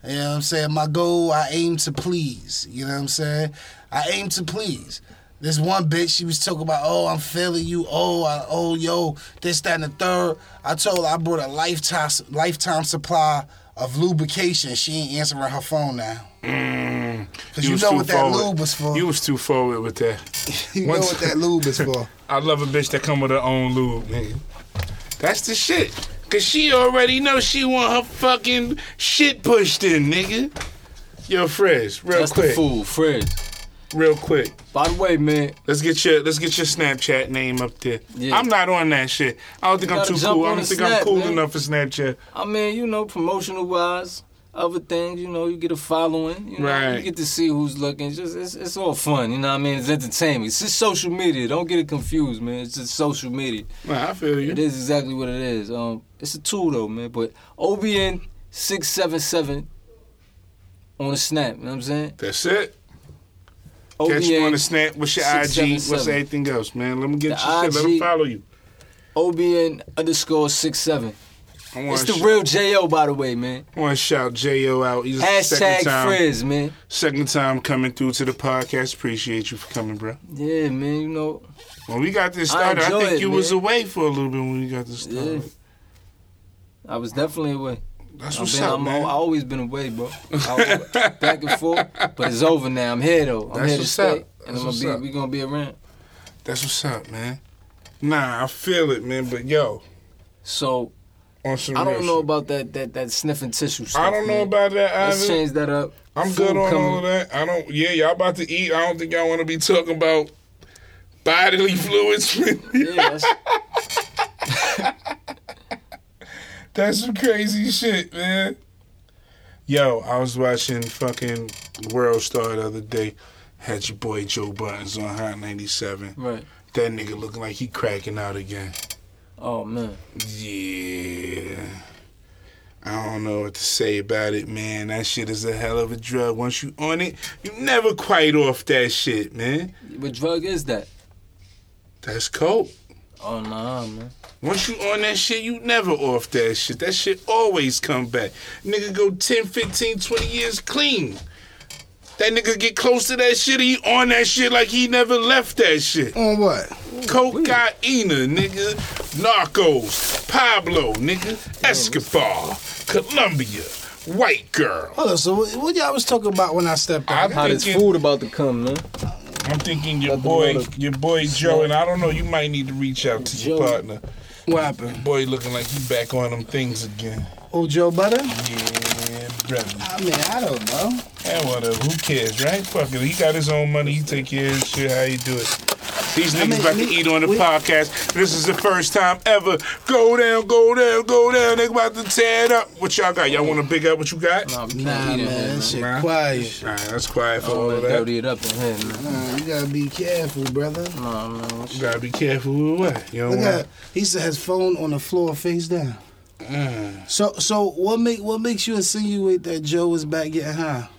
S1: You know what I'm saying? My goal, I aim to please. You know what I'm saying? I aim to please. This one bitch, she was talking about, oh, I'm feeling you. Oh, I, oh, yo, this, that, and the third. I told her I brought a lifetime lifetime supply of lubrication. She ain't answering her phone now. Because you,
S2: was
S1: know
S2: too
S1: what that
S2: forward.
S1: lube is for.
S2: You
S1: You,
S2: was too forward with that.
S1: know
S2: once-
S1: what that lube is for.
S2: I love a bitch that come with her own lube, nigga. That's the shit. Cause she already know she want her fucking shit pushed in, nigga. Yo, Frizz, real
S3: That's the
S2: quick,
S3: fool, Fred.
S2: real quick.
S3: By the way, man,
S2: Let's get your let's get your Snapchat name up there.
S3: Yeah.
S2: I'm not on that shit. I don't think
S3: You
S2: I'm
S3: gotta
S2: too
S3: jump
S2: cool. I
S3: on
S2: don't
S3: the
S2: think I'm
S3: snap,
S2: cool
S3: man.
S2: enough for Snapchat.
S3: I mean, you know, promotional wise, other things, you know, you get a following, you know,
S2: Right.
S3: you get to see who's looking. It's Just it's, it's all fun, you know what I mean? It's entertainment. It's just social media. Don't get it confused, man. It's just social media.
S2: Nah, I feel you.
S3: It is exactly what it is. Um, it's a tool though, man. But OBN six seven seven on the snap. You know what I'm saying?
S2: That's it.
S3: OBN,
S2: Catch you on the snap. What's your
S3: E six,
S2: IG?
S3: seven,
S2: What's
S3: seven.
S2: everything else, man? Let me get
S3: The
S2: your shit. Let me
S3: IG.
S2: follow you.
S3: OBN underscore six seven.
S2: I
S3: It's
S2: want
S3: the
S2: to
S3: real Jo, by the way, man.
S2: I want to shout Jo out. He's the
S3: Hashtag
S2: second time,
S3: Frizz, man.
S2: second time coming through to the podcast. Appreciate you for coming, bro.
S3: Yeah, man. You know,
S2: When we got this
S3: I
S2: started, I,
S3: enjoy
S2: think
S3: it,
S2: you was
S3: man.
S2: away for a little bit when we got this
S3: yeah.
S2: started.
S3: I was definitely away.
S2: That's
S3: I've
S2: what's
S3: been,
S2: up,
S3: I'm,
S2: man.
S3: I always been away, bro. I- back and forth, but it's over now. I'm here though.
S2: That's
S3: I'm here to
S2: what's
S3: stay,
S2: up.
S3: and
S2: That's
S3: I'm gonna
S2: what's
S3: be.
S2: up.
S3: We gonna be around.
S2: That's what's up, man. Nah, I feel it, man. But yo,
S3: So
S2: on some
S3: I
S2: real
S3: don't know
S2: shit.
S3: about that that that sniffing tissue stuff.
S2: I don't know
S3: man.
S2: about that
S3: Let's
S2: either.
S3: change that up.
S2: I'm
S3: Food
S2: good on
S3: coming.
S2: all of that. I don't. Yeah, y'all about to eat. I don't think y'all want to be talking about bodily fluids.
S3: Yeah, that's,
S2: That's some crazy shit, man. Yo, I was watching fucking World Star the other day. Had your boy Joe Buttons on Hot 97.
S3: right.
S2: That nigga looking like he cracking out again.
S3: Oh man,
S2: Yeah. I don't know what to say about it, man. That shit is a hell of a drug. Once you on it, you never quite off that shit, man.
S3: what drug is that?
S2: That's coke.
S3: Oh nah, man.
S2: Once you on that shit, you never off that shit. That shit always come back. Nigga go 10, 15, 20 years clean. That nigga get close to that shit, he on that shit like he never left that shit.
S1: On what?
S2: Cocaina, nigga. Narcos, Pablo, nigga. Escobar, Colombia, white girl.
S1: Hold on. So what, what y'all was talking about when I stepped out?
S2: I-
S3: How this
S2: Thinking-
S3: food about to come, man?
S2: I'm thinking your
S3: Nothing
S2: boy,
S3: but
S2: your boy Joe, and I don't know. You might need to reach out to your
S3: Joe.
S2: partner.
S1: what happened?
S2: Boy, looking like he back on them things again.
S1: Oh, Joe Butter?
S2: Yeah, brother.
S1: I mean, I don't know.
S2: And whatever, who cares, right? Fuck it. He got his own money. He take care of his shit. How you do it? These niggas
S1: mean,
S2: about to
S1: we-
S2: eat on the
S1: we-
S2: podcast. This is the first time ever. Go down, go down, go down. They about to tear it up. What y'all got? Y'all want to big up what you got?
S3: Nah, we can't
S1: Nah,
S3: eat in
S1: man,
S3: here,
S1: that
S3: man.
S1: shit
S2: Nah.
S1: quiet.
S2: All right, that's quiet for
S3: I
S2: all
S3: don't
S2: of
S3: wanna
S2: Oh, that.
S3: dirty it up in here, man.
S1: Nah, you gotta be careful, brother.
S3: Nah, man. what
S2: You
S3: you-
S2: gotta be careful with what. You don't
S1: Look
S2: want.
S1: at he said his phone on the floor face down. So so what make what makes you insinuate that Joe was back getting high?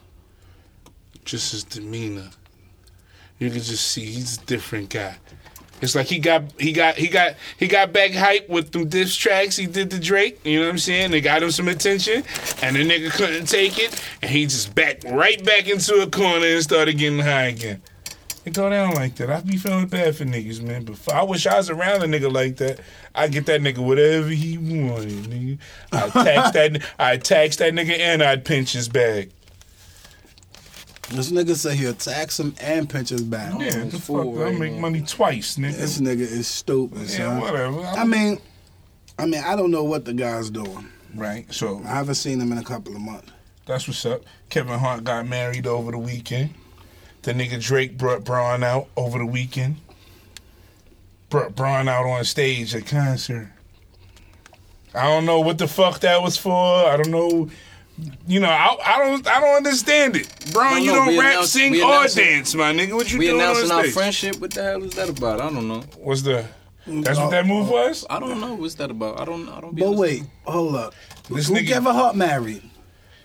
S2: just his demeanor. You can just see he's a different guy. It's like he got he got he got he got back hype with them diss tracks he did to Drake. You know what I'm saying? They got him some attention, and the nigga couldn't take it, and he just backed right back into a corner and started getting high again. It go down like that. I be feeling bad for niggas, man. But f- I wish I was around a nigga like that. I get that nigga whatever he wanted, nigga. I tax that I tax that nigga and I'd pinch his bag.
S1: This nigga said he'll tax him and pinch his back.
S2: Yeah,
S3: it's
S2: the fuck,
S3: full
S2: I
S3: right
S2: make
S3: now.
S2: money twice, nigga.
S1: This nigga is stupid,
S2: yeah,
S1: son.
S2: whatever.
S1: I mean I mean, I don't know what the guy's doing.
S2: right. So
S1: I haven't seen him in a couple of months.
S2: that's what's up. Kevin Hart got married over the weekend. The nigga Drake brought Braun out over the weekend. Brought Braun out on stage at concert. I don't know what the fuck that was for. I don't know. You know, I, I don't I don't understand it. Braun,
S3: No,
S2: you
S3: no,
S2: don't
S3: we
S2: rap,
S3: announced-
S2: sing,
S3: we
S2: or
S3: announced it.
S2: dance, my nigga. What you
S3: We
S2: doing on
S3: announcing our
S2: stage?
S3: friendship. What the hell is that about? I don't know.
S2: What's the? That's what that move was.
S3: I don't know. What's that about? I don't. I don't. Be
S1: But
S3: listening.
S1: wait, hold up.
S2: This
S1: Who
S2: nigga-
S1: Kevin Hart married?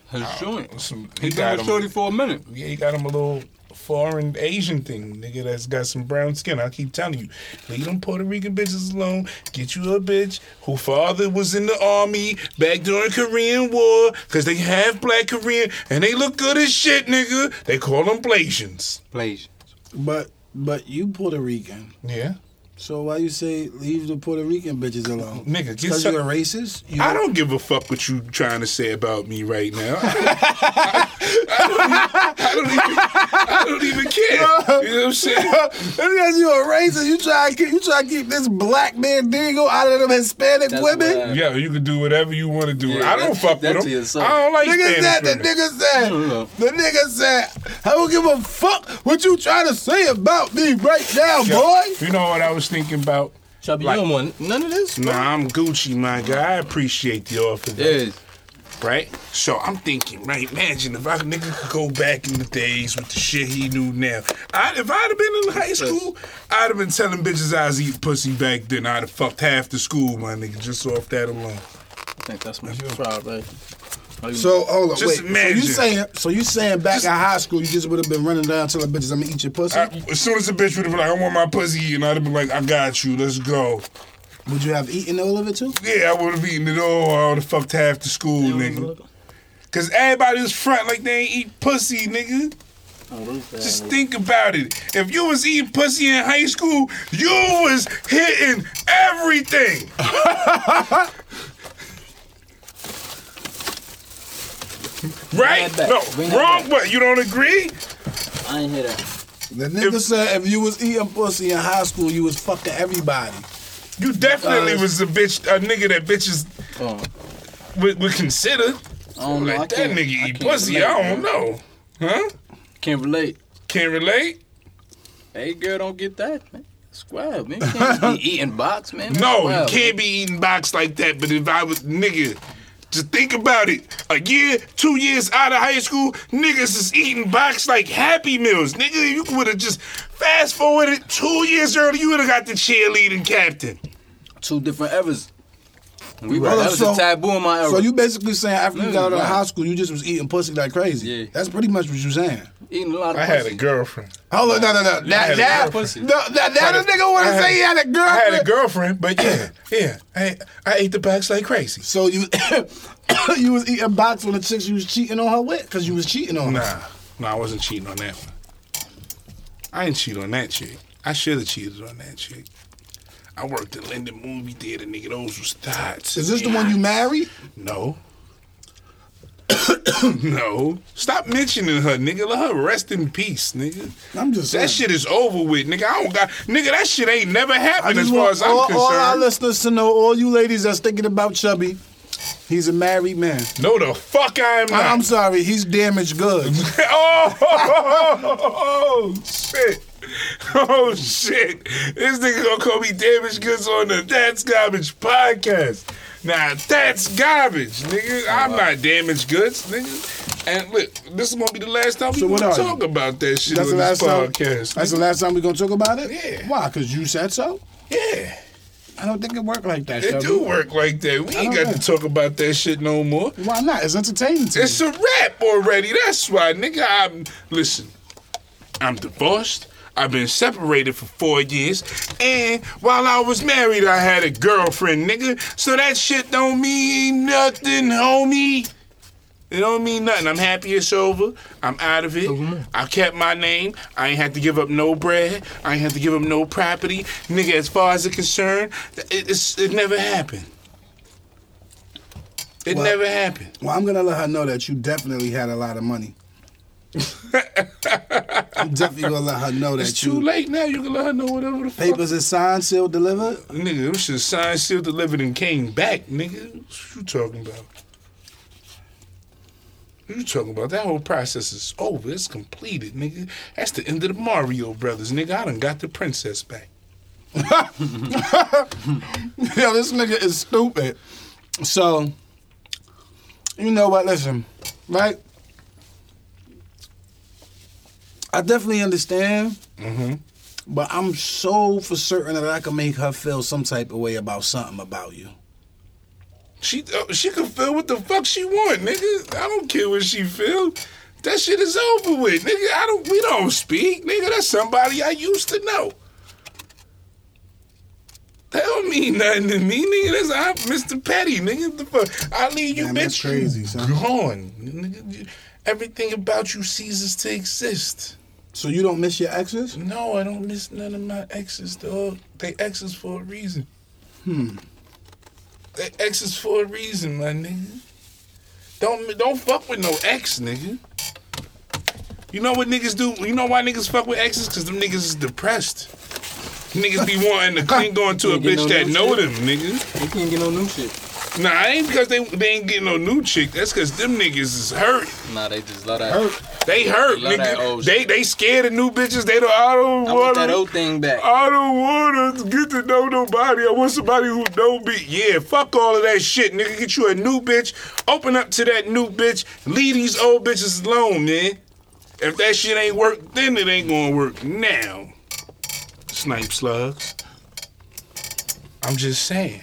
S3: His joint.
S2: Some-
S3: He
S2: got
S3: been with
S2: him.
S3: Shorty for a minute.
S2: Yeah, he got him a little foreign Asian thing, nigga, that's got some brown skin. I keep telling you, leave them Puerto Rican bitches alone. Get you a bitch who father was in the army back during Korean War, cause they half black Korean and they look good as shit, nigga. They call them Blasians.
S3: Plays.
S1: But but you Puerto Rican.
S2: Yeah,
S1: So why you say leave the Puerto Rican bitches alone?
S2: nigga, get
S1: Because
S2: some.
S1: you're a racist? You
S2: I don't give a fuck what you trying to say about me right now. I, don't, even- I don't even. I don't even care. You know what I'm saying?
S1: because you a racist, you try to keep, you try to keep this black Mandingo out of them Hispanic
S3: That's
S1: women.
S3: what I-
S2: Yeah, you can do whatever you want to do.
S3: Yeah,
S2: I don't
S3: that-
S2: fuck
S3: that
S2: with
S3: to
S2: them.
S3: yourself.
S2: I don't like
S1: Nigga
S2: standing
S1: said,
S2: for
S1: the
S2: them.
S1: nigga said,
S3: no.
S1: the nigga said, I don't give a fuck what you trying to say about me right now,
S2: Yeah.
S1: boy.
S2: You know what I was thinking about?
S3: Chubby,
S2: Like-
S3: you don't want none of this.
S2: Nah, I'm Gucci, my guy. I appreciate the offer, though,
S3: Yes.
S2: right? So I'm thinking, right? Imagine if I nigga could go back in the days with the shit he knew now. I, if I'd have been in high school, I'd have been telling bitches I was eating pussy back then. I'd have fucked half the school, my nigga, just off that alone.
S3: I think that's my fried right.
S1: So hold on,
S2: Just
S1: wait. So
S2: imagine.
S1: you saying, so you saying back in high school, you just would have been running down telling bitches, I'm gonna eat your pussy?
S2: I, as soon as the bitch would have been like, "I want my pussy," eaten, I'd have been like, "I got you. Let's go."
S1: would you have eaten all of it too?
S2: Yeah, I would have eaten it all. I would have fucked half the school, nigga. Cause everybody was front like they ain't eat pussy, nigga. Just think about it. If you was eating pussy in high school, you was hitting everything. Right?
S3: that back.
S2: No,
S3: Bring that
S2: wrong way. You don't agree?
S3: I ain't hear that.
S1: The nigga said if you was eating pussy in high school, you was fucking everybody.
S2: You definitely
S3: Uh,
S1: Because-
S2: was a bitch, a nigga that bitches
S3: Oh,
S2: would, would consider.
S3: I don't know. I
S2: Like that
S3: can't,
S2: nigga
S3: I
S2: eat
S3: can't
S2: pussy.
S3: relate,
S2: I don't
S3: man.
S2: know. Huh?
S3: Can't relate.
S2: Can't relate?
S3: Hey, girl, don't get that, man. Squab, man. You can't be eating box, man. That's
S2: No,
S3: wild.
S2: you can't be eating box like that. But if I was nigga, just think about it. A year, two years out of high school, niggas is eating box like Happy Meals. Nigga, you would have just fast forwarded two years earlier. You would have got the cheerleading captain.
S3: Two different eras. We
S1: Brother,
S3: that was a taboo in my era.
S1: So you basically saying after you
S3: Mm,
S1: got out of
S3: right.
S1: high school, you just was eating pussy like crazy.
S3: Yeah.
S1: That's pretty much what you saying.
S3: eating a lot of
S2: I had a
S3: pussy.
S2: girlfriend.
S1: Hold on, no, no, no. Now,
S2: had a
S1: now,
S3: girlfriend.
S1: no, now, now the nigga want
S2: I
S1: to
S2: had-
S1: say he had a
S2: I
S1: girlfriend.
S2: had a girlfriend, but yeah, yeah, I I ate the box like crazy.
S1: So you you was eating box when the chicks you was cheating on her with because you was cheating on her.
S2: Nah, no, I wasn't cheating on that one. I didn't cheat on that chick. I should have cheated on that chick. I worked at Linden Movie Theater, nigga. Those was thoughts.
S1: Is this the one you married?
S2: No. no. Stop mentioning her, nigga. Let her rest in peace, nigga.
S1: I'm just saying.
S2: That shit is over with, nigga. I don't got, nigga. That shit ain't never
S1: I
S2: happened
S1: just
S2: as far
S1: want
S2: as I'm
S1: all, all our
S2: concerned.
S1: listeners to know, all you ladies that's thinking about Chubby, he's a married man.
S2: no, the fuck I am not.
S1: I, am sorry, he's damaged goods.
S2: oh, shit. Oh shit. This nigga gonna call me damaged goods on the That's Garbage podcast. Now that's garbage, nigga. I'm not damaged goods, nigga. And look, this is gonna be the last time we
S1: So what
S2: gonna
S1: are you?
S2: talk about that shit
S1: That's the
S2: on
S1: last
S2: this
S1: time.
S2: podcast.
S1: That's the last time we're gonna talk about it.
S2: Yeah.
S1: Why? Cause you said so.
S2: yeah.
S1: I don't think it worked like that.
S2: It
S1: Chubby.
S2: do work like that. We ain't
S1: don't
S2: got to
S1: know.
S2: talk about that shit no more.
S1: Why not? It's entertaining to
S2: It's a wrap already. That's why, nigga. I'm listen. I'm divorced. I've been separated for four years, and while I was married, I had a girlfriend, nigga. So that shit don't mean nothing, homie. It don't mean nothing. I'm happy it's over. I'm out of it. I kept my name. I ain't had to give up no bread. I ain't had to give up no property, nigga. As far as it's concerned, th- it, it's, it never happened. It
S1: Well-
S2: never happened.
S1: me. Well, I'm gonna let her know that you definitely had a lot of money. I'm definitely gonna let her know that
S2: It's
S1: you
S2: too late now. You can let her know whatever the fuck.
S1: papers is signed, sealed, delivered.
S2: Nigga, them shit signed, sealed, delivered, and came back, nigga. What you talking about? What you talking about? That whole process is over. It's completed, nigga. That's the end of the Mario Brothers, nigga. I done got the princess back.
S1: Yo, this nigga is stupid. So, you know what? Listen, right? I definitely understand,
S2: Mm-hmm.
S1: but I'm so for certain that I can make her feel some type of way about something about you.
S2: She uh, she can feel what the fuck she want, nigga. I don't care what she feel. That shit is over with, nigga. I don't. We don't speak, nigga. That's somebody I used to know. That don't mean nothing to me, nigga. That's I'm Mr. Petty, nigga. The fuck? I leave you,
S1: Damn,
S2: bitch.
S1: that's crazy,
S2: you
S1: son.
S2: gone, nigga. You- Everything about you ceases to exist.
S1: So you don't miss your exes?
S2: No, I don't miss none of my exes, dog. They exes for a reason. Hmm. They exes for a reason, my nigga. Don't don't fuck with no ex, nigga. You know what niggas do? You know why niggas fuck with exes? Cause them niggas is depressed. Niggas be wanting to cling on to a
S3: Ain't get
S2: bitch
S3: no
S2: that
S3: new
S2: know
S3: shit.
S2: them, nigga.
S3: You can't get no new shit.
S2: Nah, ain't because they they ain't getting no new chick. That's cause them niggas is hurt.
S3: Nah, they just love that.
S2: They hurt,
S3: Love that
S2: nigga.
S3: old
S2: They they scared of new bitches. They don't. I don't
S3: I
S2: want
S3: want that old thing back.
S2: I don't want to get to know nobody. I want somebody who know me. Yeah, fuck all of that shit, nigga. Get you a new bitch. Open up to that new bitch. Leave these old bitches alone, man. If that shit ain't work, then it ain't gonna work now. Snipe slugs. I'm just saying.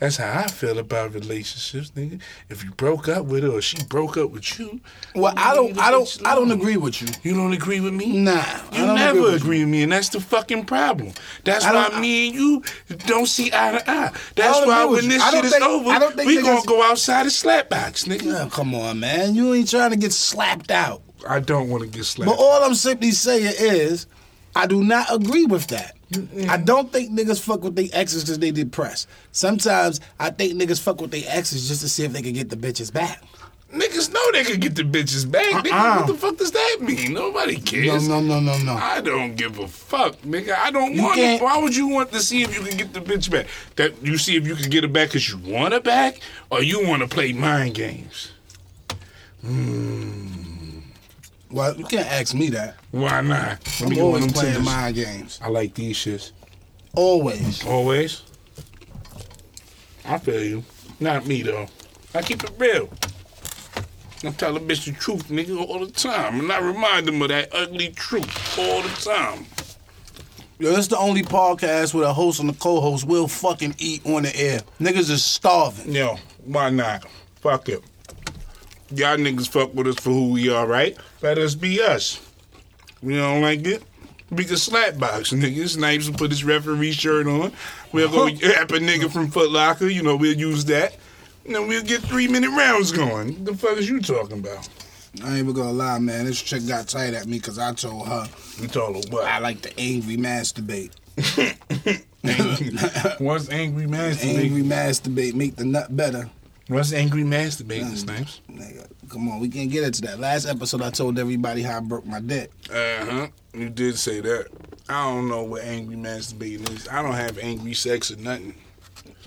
S2: That's how I feel about relationships, nigga. If you broke up with her or she broke up with you,
S1: Well,
S2: then
S1: I
S2: leave
S1: don't,
S2: the
S1: I don't,
S2: bitch
S1: I don't
S2: alone.
S1: agree with you.
S2: You don't agree with me?
S1: Nah, I
S2: You
S1: don't
S2: never
S1: agree
S2: agree
S1: with
S2: with, me, and that's the fucking problem. That's
S1: I
S2: why
S1: don't-
S2: me and you don't see eye to eye. That's
S1: don't
S2: why
S1: agree with
S2: when this
S1: you. I
S2: shit
S1: don't
S2: is
S1: think-
S2: over,
S1: I don't think
S2: we
S1: niggas-
S2: gonna go outside and slap box, nigga.
S1: Oh, come on, man. You ain't trying to get slapped out.
S2: I don't want to get slapped.
S1: But all I'm simply saying is, I do not agree with that. I don't think niggas fuck with their exes because they depressed. Sometimes I think niggas fuck with their exes just to see if they can get the bitches back.
S2: Niggas know they can get the bitches back. Nigga, what the fuck does that mean? Nobody
S4: No,
S2: cares.
S4: Uh-uh. no, no, no, no.
S2: I don't give a fuck, nigga. I don't
S4: You
S2: want it.
S4: can't-
S2: Why would you want to see if you can get the bitch back? That you see if you can get her back because you want her back, or you want to play mind games?
S4: Well, you can't ask me that.
S2: Why not? Let
S4: I'm
S2: get one
S4: always
S2: of them
S4: playing
S2: tenders.
S4: mind games.
S2: I like these shits.
S4: Always.
S2: Always. I feel you. Not me though. I keep it real. I tell a bitch the truth, nigga, all the time, and I remind them of that ugly truth all the time.
S4: Yo, this the only podcast where the host and the co-host will fucking eat on the air. Niggas is starving.
S2: Yo, why not? Fuck it. Y'all niggas fuck with us for who we are, right? Let us be us. We don't like it. We can slap box, nigga. Snipes will put his referee shirt on. We'll go yap a nigga from Foot Locker. You know, we'll use that. And then we'll get three minute rounds going. What the fuck is you talking about?
S4: I ain't even gonna lie, man. This chick got tight at me because I told her
S2: You talking about
S4: I
S2: what?
S4: like to angry masturbate.
S2: What's angry
S4: Angry
S2: masturbating?
S4: masturbate, make the nut better.
S2: What's angry
S4: Mm.
S2: masturbating, Snipes?
S4: Nigga, come on, we can't get into that. Last episode, I told everybody how I broke my dick.
S2: Uh
S4: Uh-huh.
S2: huh. You did say that. I don't know what angry masturbating is. I don't have angry sex or nothing.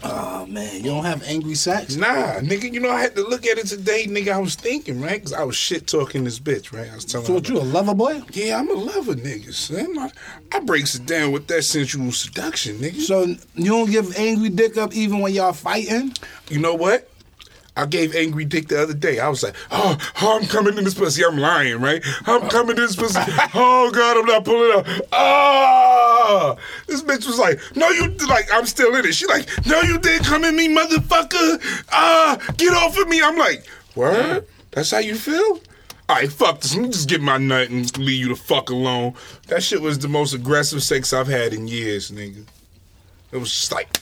S4: Oh man, you don't have angry sex?
S2: Nah, nigga, you know, I had to look at it today, nigga. I was thinking, right? Because I was shit talking this bitch, right? I was telling
S4: So
S2: her.
S4: what, you a lover boy?
S2: yeah, I'm a lover, nigga, son. I, I breaks it down with that sensual seduction, nigga.
S4: So you don't give angry dick up even when y'all fighting?
S2: You know what? I gave Angry Dick the other day. I was like, oh, oh, I'm coming in this pussy. I'm lying, right? I'm coming in this pussy. Oh, God, I'm not pulling up. Ah! This bitch was like, no, you, like, I'm still in it. She like, no, you didn't come in me, motherfucker. Ah, get off of me. I'm like, what? That's how you feel? All right, fuck this. Let me just get my nut and leave you the fuck alone. That shit was the most aggressive sex I've had in years, nigga. It was just like,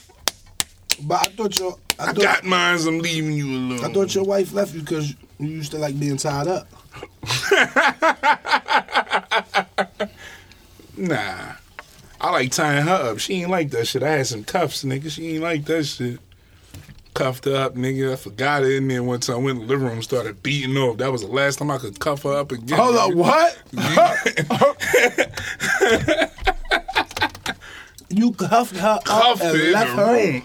S4: But I thought your I
S2: I
S4: thought,
S2: got mines. I'm leaving you alone.
S4: I thought your wife left you because you used to like being tied up.
S2: Nah. I like tying her up. She ain't like that shit. I had some cuffs, nigga. She ain't like that shit. Cuffed her up, nigga. I forgot her in there one time. Went in the living room, started beating her up. That was the last time I could cuff her up again.
S4: Hold up, what? You cuffed her up
S2: Cuffed her
S4: and
S2: in
S4: left
S2: the
S4: her.
S2: room.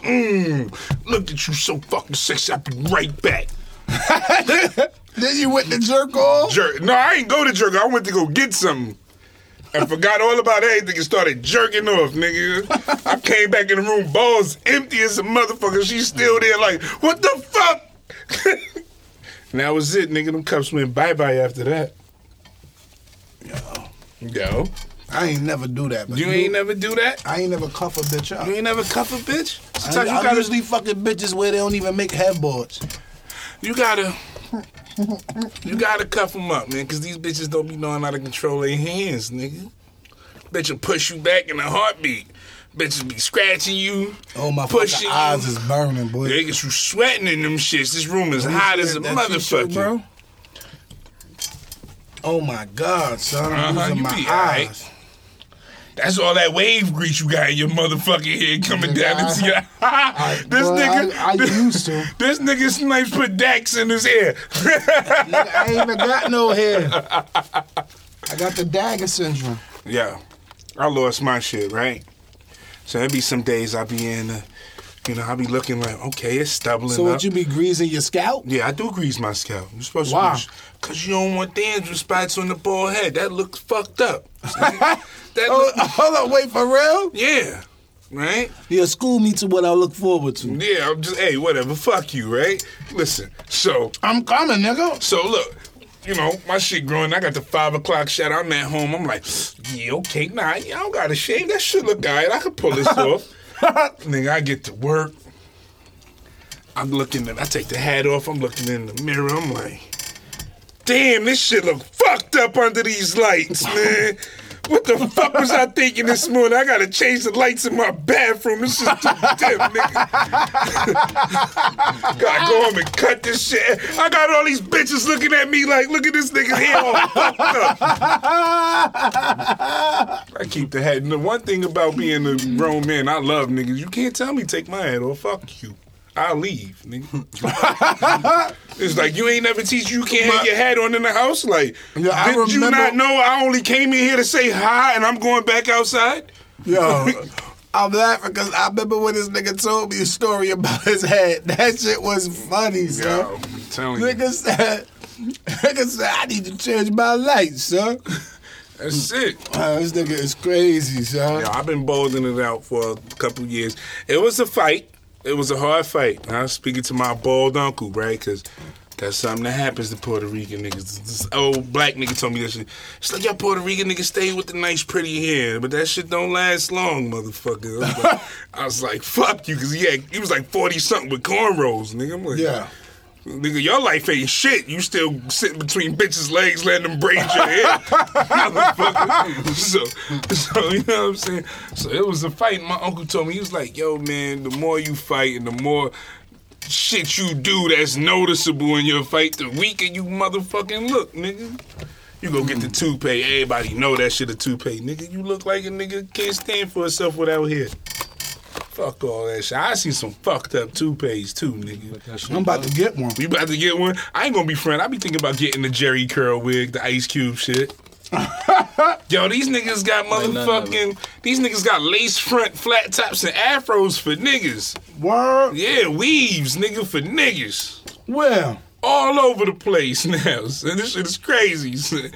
S2: Mm. Look at you, so fucking sexy. I'll be right back.
S4: Then you went to jerk off.
S2: Jerk. No, I ain't go to jerk. I went to go get something. And forgot all about everything and started jerking off, nigga. I came back in the room, balls empty as a motherfucker. She's still there, like, what the fuck? and that was it, nigga. Them cups went bye bye after that. Yo. Yo.
S4: I ain't never do that. But
S2: You ain't never do that?
S4: I ain't never cuff a bitch up.
S2: You ain't never cuff a bitch?
S4: I,
S2: Sometimes you
S4: I
S2: gotta.
S4: usually fucking bitches where they don't even make headboards.
S2: You gotta. You gotta cuff them up, man, because these bitches don't be knowing how to control their hands, nigga. Bitch will push you back in a heartbeat. Bitch will be scratching you.
S4: Oh my
S2: pushing
S4: fucking eyes is burning, boy.
S2: They get you sweating in them shits. This room is hot as a
S4: That t-shirt,
S2: motherfucker. Bro.
S4: Oh my god, son! I'm
S2: Uh-huh,
S4: losing
S2: you
S4: my
S2: be alright.
S4: eyes.
S2: That's all that wave grease you got in your motherfucking head coming down into your. this
S4: boy,
S2: nigga,
S4: I- I
S2: this,
S4: used to.
S2: This nigga snipes put Dax in his ear.
S4: Nigga, I ain't even got no hair. I got the dagger syndrome.
S2: Yeah, I lost my shit, right? So there be some days I be in, uh, you know, I be looking like, okay, it's stumbling
S4: So
S2: up.
S4: would you be greasing your scalp?
S2: yeah, I do grease my scalp. You're supposed
S4: Why?
S2: to. Because you don't want dandruff spots on the bald head. That looks fucked up. that
S4: Oh,
S2: look,
S4: hold on, wait for real?
S2: yeah, right?
S4: Yeah, school me to what I look forward to.
S2: Yeah, I'm just, hey, whatever, fuck you, right? Listen, so
S4: I'm coming, nigga.
S2: So look, you know, my shit growing. I got the five o'clock shot. I'm at home. I'm like, yeah, okay, nah, yeah, I don't gotta shave. That shit look alright. I can pull this off. Nigga, I get to work. I'm looking. At, I take the hat off. I'm looking in the mirror. I'm like, damn, this shit look fucked up under these lights, man. What the fuck was I thinking this morning? I gotta change the lights in my bathroom. This is too dim, nigga. Gotta
S4: Uh,
S2: go home and cut this shit. I got all these bitches looking at me like, look at this nigga's hair all fucked up. I keep the hat. And the one thing about being a grown man, I love niggas. You can't tell me take my hat off. Fuck you. I I'll leave, nigga. it's like you ain't never teach you can't hang your head on in the house. Like,
S4: Yeah, I
S2: did you
S4: remember-
S2: not know I only came in here to say hi and I'm going back outside?
S4: Yo, I'm laughing because I remember when this nigga told me the story about his head. That shit was funny,
S2: Yo,
S4: son.
S2: I'm telling you,
S4: Nigga said, nigga said, I need to change my light, son.
S2: that's it.
S4: Wow, this nigga is crazy, son.
S2: Yeah, I've been balding it out for a couple years. It was a fight. It was a hard fight. I was speaking to my bald uncle, right? Because that's something that happens to Puerto Rican niggas. This old black nigga told me that shit. It's like, y'all Puerto Rican niggas stay with the nice, pretty hair, but that shit don't last long, motherfucker. I was like, I was like fuck you, because he, had- he was like 40 something with cornrows, nigga. I'm like,
S4: Yeah.
S2: Nigga, your life ain't shit. You still sitting between bitches' legs, letting them braid your hair. Motherfucker. so, so, you know what I'm saying? So it was a fight. My uncle told me, he was like, yo, man, the more you fight and the more shit you do that's noticeable in your fight, the weaker you motherfucking look, nigga. You go get the toupee. Everybody know that shit a toupee. Nigga, you look like a nigga can't stand for himself without hair. Fuck all that shit. I seen some fucked up toupees too, nigga.
S4: I'm about to get one.
S2: You about to get one? I ain't gonna be friend. I be thinking about getting the Jerry curl wig, the Ice Cube shit. Yo, these niggas got
S3: Ain't nothing of
S2: motherfucking. These niggas got lace front flat tops and afros for niggas.
S4: Word?
S2: Yeah, weaves, nigga, for niggas.
S4: Well,
S2: All over the place now. son. this shit is crazy. son.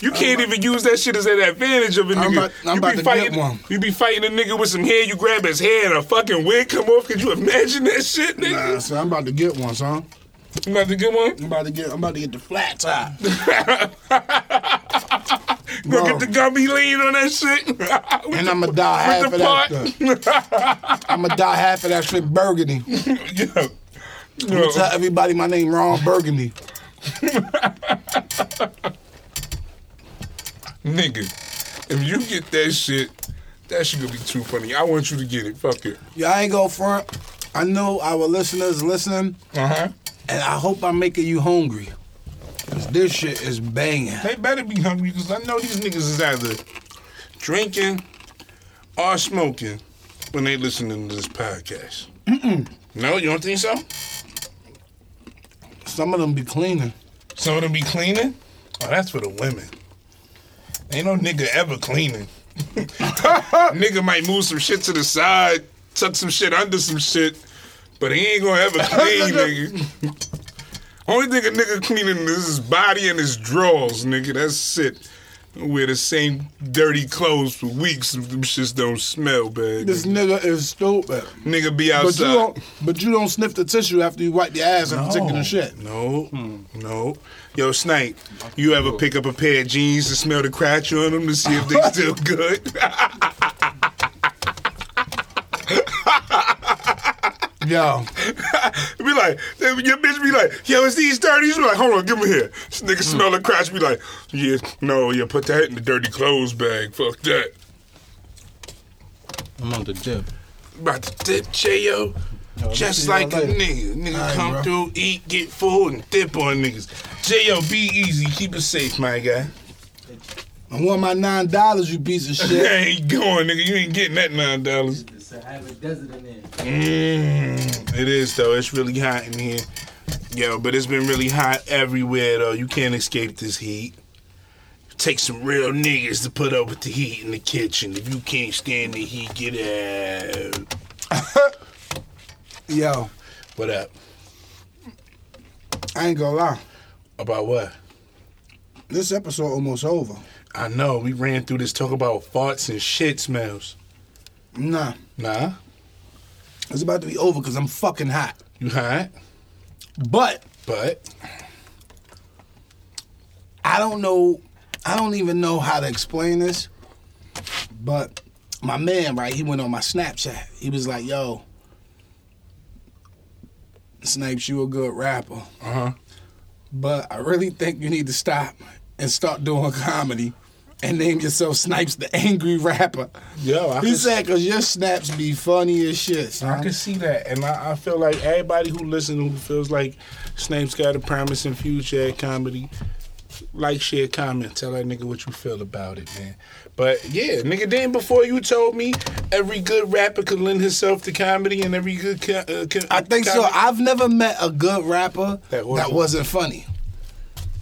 S2: You can't even use that shit as an advantage of a nigga.
S4: I'm about- I'm
S2: you
S4: about
S2: be
S4: to get
S2: fighting,
S4: one.
S2: You be fighting a nigga with some hair. You grab his hair and a fucking wig come off. Could you imagine that shit,
S4: nah,
S2: nigga?
S4: Uh, son, I'm about to get one, son.
S2: You about to get one?
S4: I'm about to get, I'm about to get the flat top.
S2: Go
S4: Bro.
S2: get the gummy lean on that shit. With
S4: And
S2: the-
S4: I'ma die half
S2: with
S4: of
S2: the pot.
S4: that. Stuff. I'ma die half of that shit burgundy.
S2: yeah.
S4: I'm
S2: Yo,
S4: tell everybody my name wrong, burgundy.
S2: nigga, if you get that shit, that shit gonna be too funny. I want you to get it. Fuck it.
S4: Yeah, I ain't go front. I know our listeners listening,
S2: Uh huh.
S4: and I hope I'm making you hungry. Cause this shit is banging.
S2: They better be hungry because I know these niggas is either drinking or smoking when they listening to this podcast. No, you don't think so?
S4: Some of them be cleaning.
S2: Some of them be cleaning. Oh, that's for the women. Ain't no nigga ever cleaning. nigga might move some shit to the side, tuck some shit under some shit, but he ain't gonna ever clean, nigga. Only thing a nigga cleaning is his body and his drawers, nigga. That's it. Wear the same dirty clothes for weeks if them shits don't smell bad.
S4: This nigga is stupid.
S2: nigga be
S4: But you
S2: outside.
S4: don't. But you don't sniff the tissue after you wipe your ass and taking the shit.
S2: No,
S4: Hmm.
S2: no. Yo, Snake, you ever pick up a pair of jeans and smell the crotch on them to see if they still good?
S4: Yo,
S2: be like, your bitch be like, yo, it's these dirties. Be like, hold on, give me here. This
S4: Hmm.
S2: nigga smell the crotch. Be like, yeah, no, yeah, put that in the dirty clothes bag. Fuck that.
S3: I'm on the gym.
S2: About to dip, J.O. Just
S4: see y'all
S2: like a
S4: later.
S2: nigga. Nigga
S4: Alright,
S2: come
S4: bro.
S2: through, eat, get full, and dip on niggas. J.O., be easy. Keep it safe, my guy.
S4: I want my nine dollars, you piece
S2: That
S4: of shit.
S2: ain't going, nigga. You ain't getting that $9.
S3: It's a Havana desert in there.
S2: Mm, it is though. It's really hot in here. Yo, but it's been really hot everywhere though. You can't escape this heat. Take some real niggas to put up with the heat in the kitchen. If you can't stand the heat, get out.
S4: Yo,
S2: What up?
S4: I ain't gonna lie.
S2: About what?
S4: This episode almost over.
S2: I know we ran through this talk about farts and shit smells.
S4: Nah,
S2: Nah,
S4: it's about to be over because I'm fucking hot.
S2: you hot,
S4: But
S2: but
S4: I don't know. I don't even know how to explain this. But my man, right? He went on my Snapchat. He was like, "Yo, Snipes, you a good rapper,
S2: uh huh.
S4: but I really think you need to stop and start doing comedy." And name yourself Snipes the Angry Rapper.
S2: Yo, I
S4: he
S2: can-
S4: said, "Cause your snaps be funny as shit."
S2: I
S4: Son.
S2: can see that, and I, I feel like everybody who listens who feels like Snape's got a promising future at comedy, like, share, comment. Tell that nigga what you feel about it, man. But yeah, nigga, then before you told me every good rapper could lend himself to comedy and every good. Co- uh, co-
S1: I think so.
S2: comedy-
S1: I've never met a good rapper
S2: That
S1: that
S2: wasn't-
S1: wasn't, funny.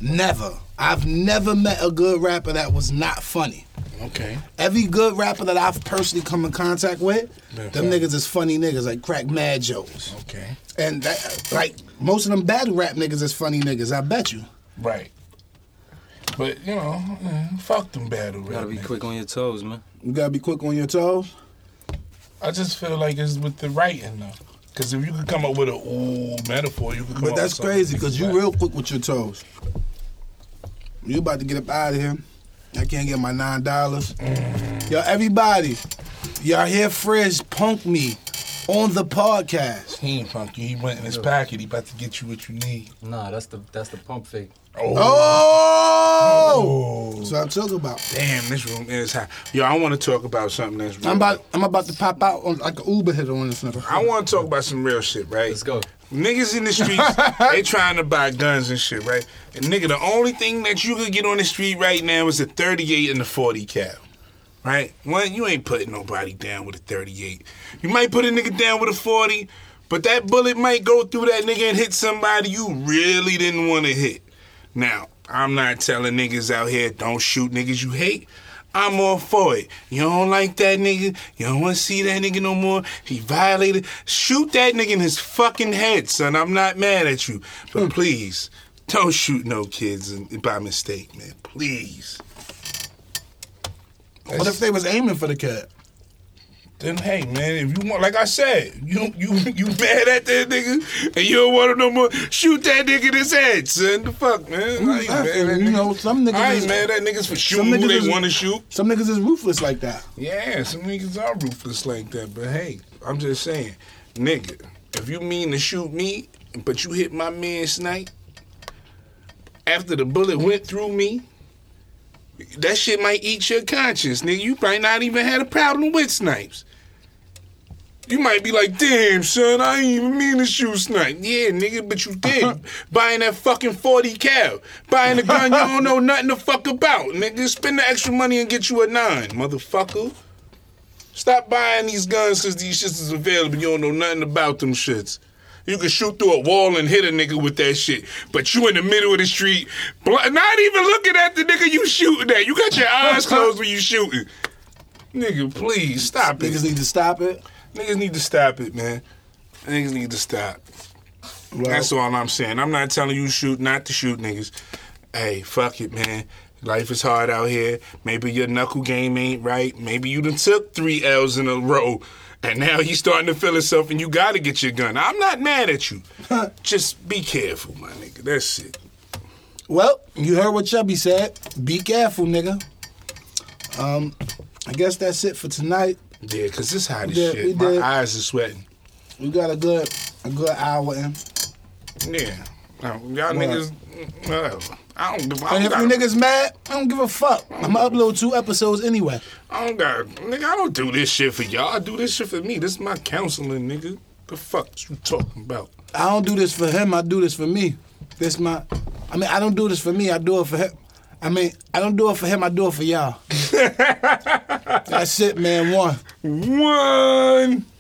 S1: Never. I've never met a good rapper that was not funny.
S2: okay.
S1: Every good rapper that I've personally come in contact with,
S2: They're
S1: them
S2: funny.
S1: niggas is funny niggas, like crack mad jokes.
S2: Okay.
S1: And that, like most of them battle rap niggas is funny niggas, I bet you.
S2: Right. But you know, mm, fuck them battle rap.
S3: Gotta be
S2: niggas.
S3: quick on your toes, man.
S1: You gotta be quick on your toes.
S2: I just feel like it's with the writing though. Cause if you could come up with a ooh metaphor, you could come
S1: But
S2: up
S1: that's
S2: with
S1: crazy
S2: something
S1: because you
S2: like-
S1: real quick with your toes. You about to get up out of here. I can't get my nine dollars. Yo, everybody, y'all hear Frizz punk me on the podcast.
S2: He ain't punk you. He went in his pocket. He about to get you what you need.
S3: Nah, that's the that's the pump fake.
S1: Oh,
S2: Oh.
S1: that's what I'm talking about.
S2: Damn, this room is hot. Yo, I want to talk about something that's real.
S1: I'm about, I'm about to pop out on like an Uber hitter on this nigga.
S2: I want to talk about some real shit, right?
S3: Let's go.
S2: Niggas in the streets, they trying to buy guns and shit, right? And nigga, the only thing that you could get on the street right now is a 38 and a 40 cal. Right? One, you ain't putting nobody down with a 38. You might put a nigga down with a 40, but that bullet might go through that nigga and hit somebody you really didn't want to hit. Now, I'm not telling niggas out here don't shoot niggas you hate. I'm all for it. You don't like that nigga. You don't want to see that nigga no more. He violated. Shoot that nigga in his fucking head, son. I'm not mad at you,
S1: Hmm.
S2: but please don't shoot no kids in- by mistake, man. Please.
S1: What if they was aiming for the cat?
S2: Then hey man, if you want, like I said, you you you mad at that nigga and you don't want him no more. Shoot that nigga in his head, son. The fuck, man. I ain't mad at that
S1: You
S2: nigga.
S1: know, some niggas
S2: I ain't
S1: is-
S2: mad at niggas for
S1: some
S2: shooting who
S1: niggas
S2: they
S1: is-
S2: want to shoot.
S1: Some niggas is ruthless like that.
S2: Yeah, some niggas are ruthless like that. But hey, I'm just saying, nigga, if you mean to shoot me, but you hit my man Snipe after the bullet went through me, that shit might eat your conscience, nigga. You might not even had a problem with snipes. You might be like, damn, son, I ain't even mean to shoot snipe. Yeah, nigga, but you did. Buying that fucking 40 cal. Buying a gun you don't know nothing to fuck about, nigga. Spend the extra money and get you a nine, motherfucker. Stop buying these guns because these shits is available. You don't know nothing about them shits. You can shoot through a wall and hit a nigga with that shit, but you in the middle of the street, bl- not even looking at the nigga you shooting at. You got your eyes closed when you shooting. Nigga, please stop it.
S1: Niggas need to stop it.
S2: Niggas need to stop it, man. Niggas need to stop.
S1: Well,
S2: That's all I'm saying. I'm not telling you shoot, not to shoot niggas. Hey, fuck it, man. Life is hard out here. Maybe your knuckle game ain't right. Maybe you done took three L's in a row, and now he's starting to feel himself, and you gotta get your gun. I'm not mad at you. Just be careful, my nigga. That's it.
S1: Well, you heard what Chubby said. Be careful, nigga. Um, I guess that's it for tonight.
S2: Yeah, cause it's hot as
S1: Yeah, we
S2: shit. My
S1: did.
S2: eyes are sweating.
S1: We got a good a good hour in.
S2: Yeah. Now, y'all
S1: Well.
S2: niggas, mm, whatever. I don't give I
S1: And
S2: don't
S1: if
S2: gotta-
S1: you niggas mad, I don't give a fuck. I'ma upload two episodes anyway.
S2: I don't got nigga. I don't do this shit for y'all. I do this shit for me. This is my counseling, nigga. The fuck you talking about?
S1: I don't do this for him. I do this for me. This my. I mean, I don't do this for me. I do it for him. I mean, I don't do it for him. I do it for y'all. that's it, man. One.
S2: One.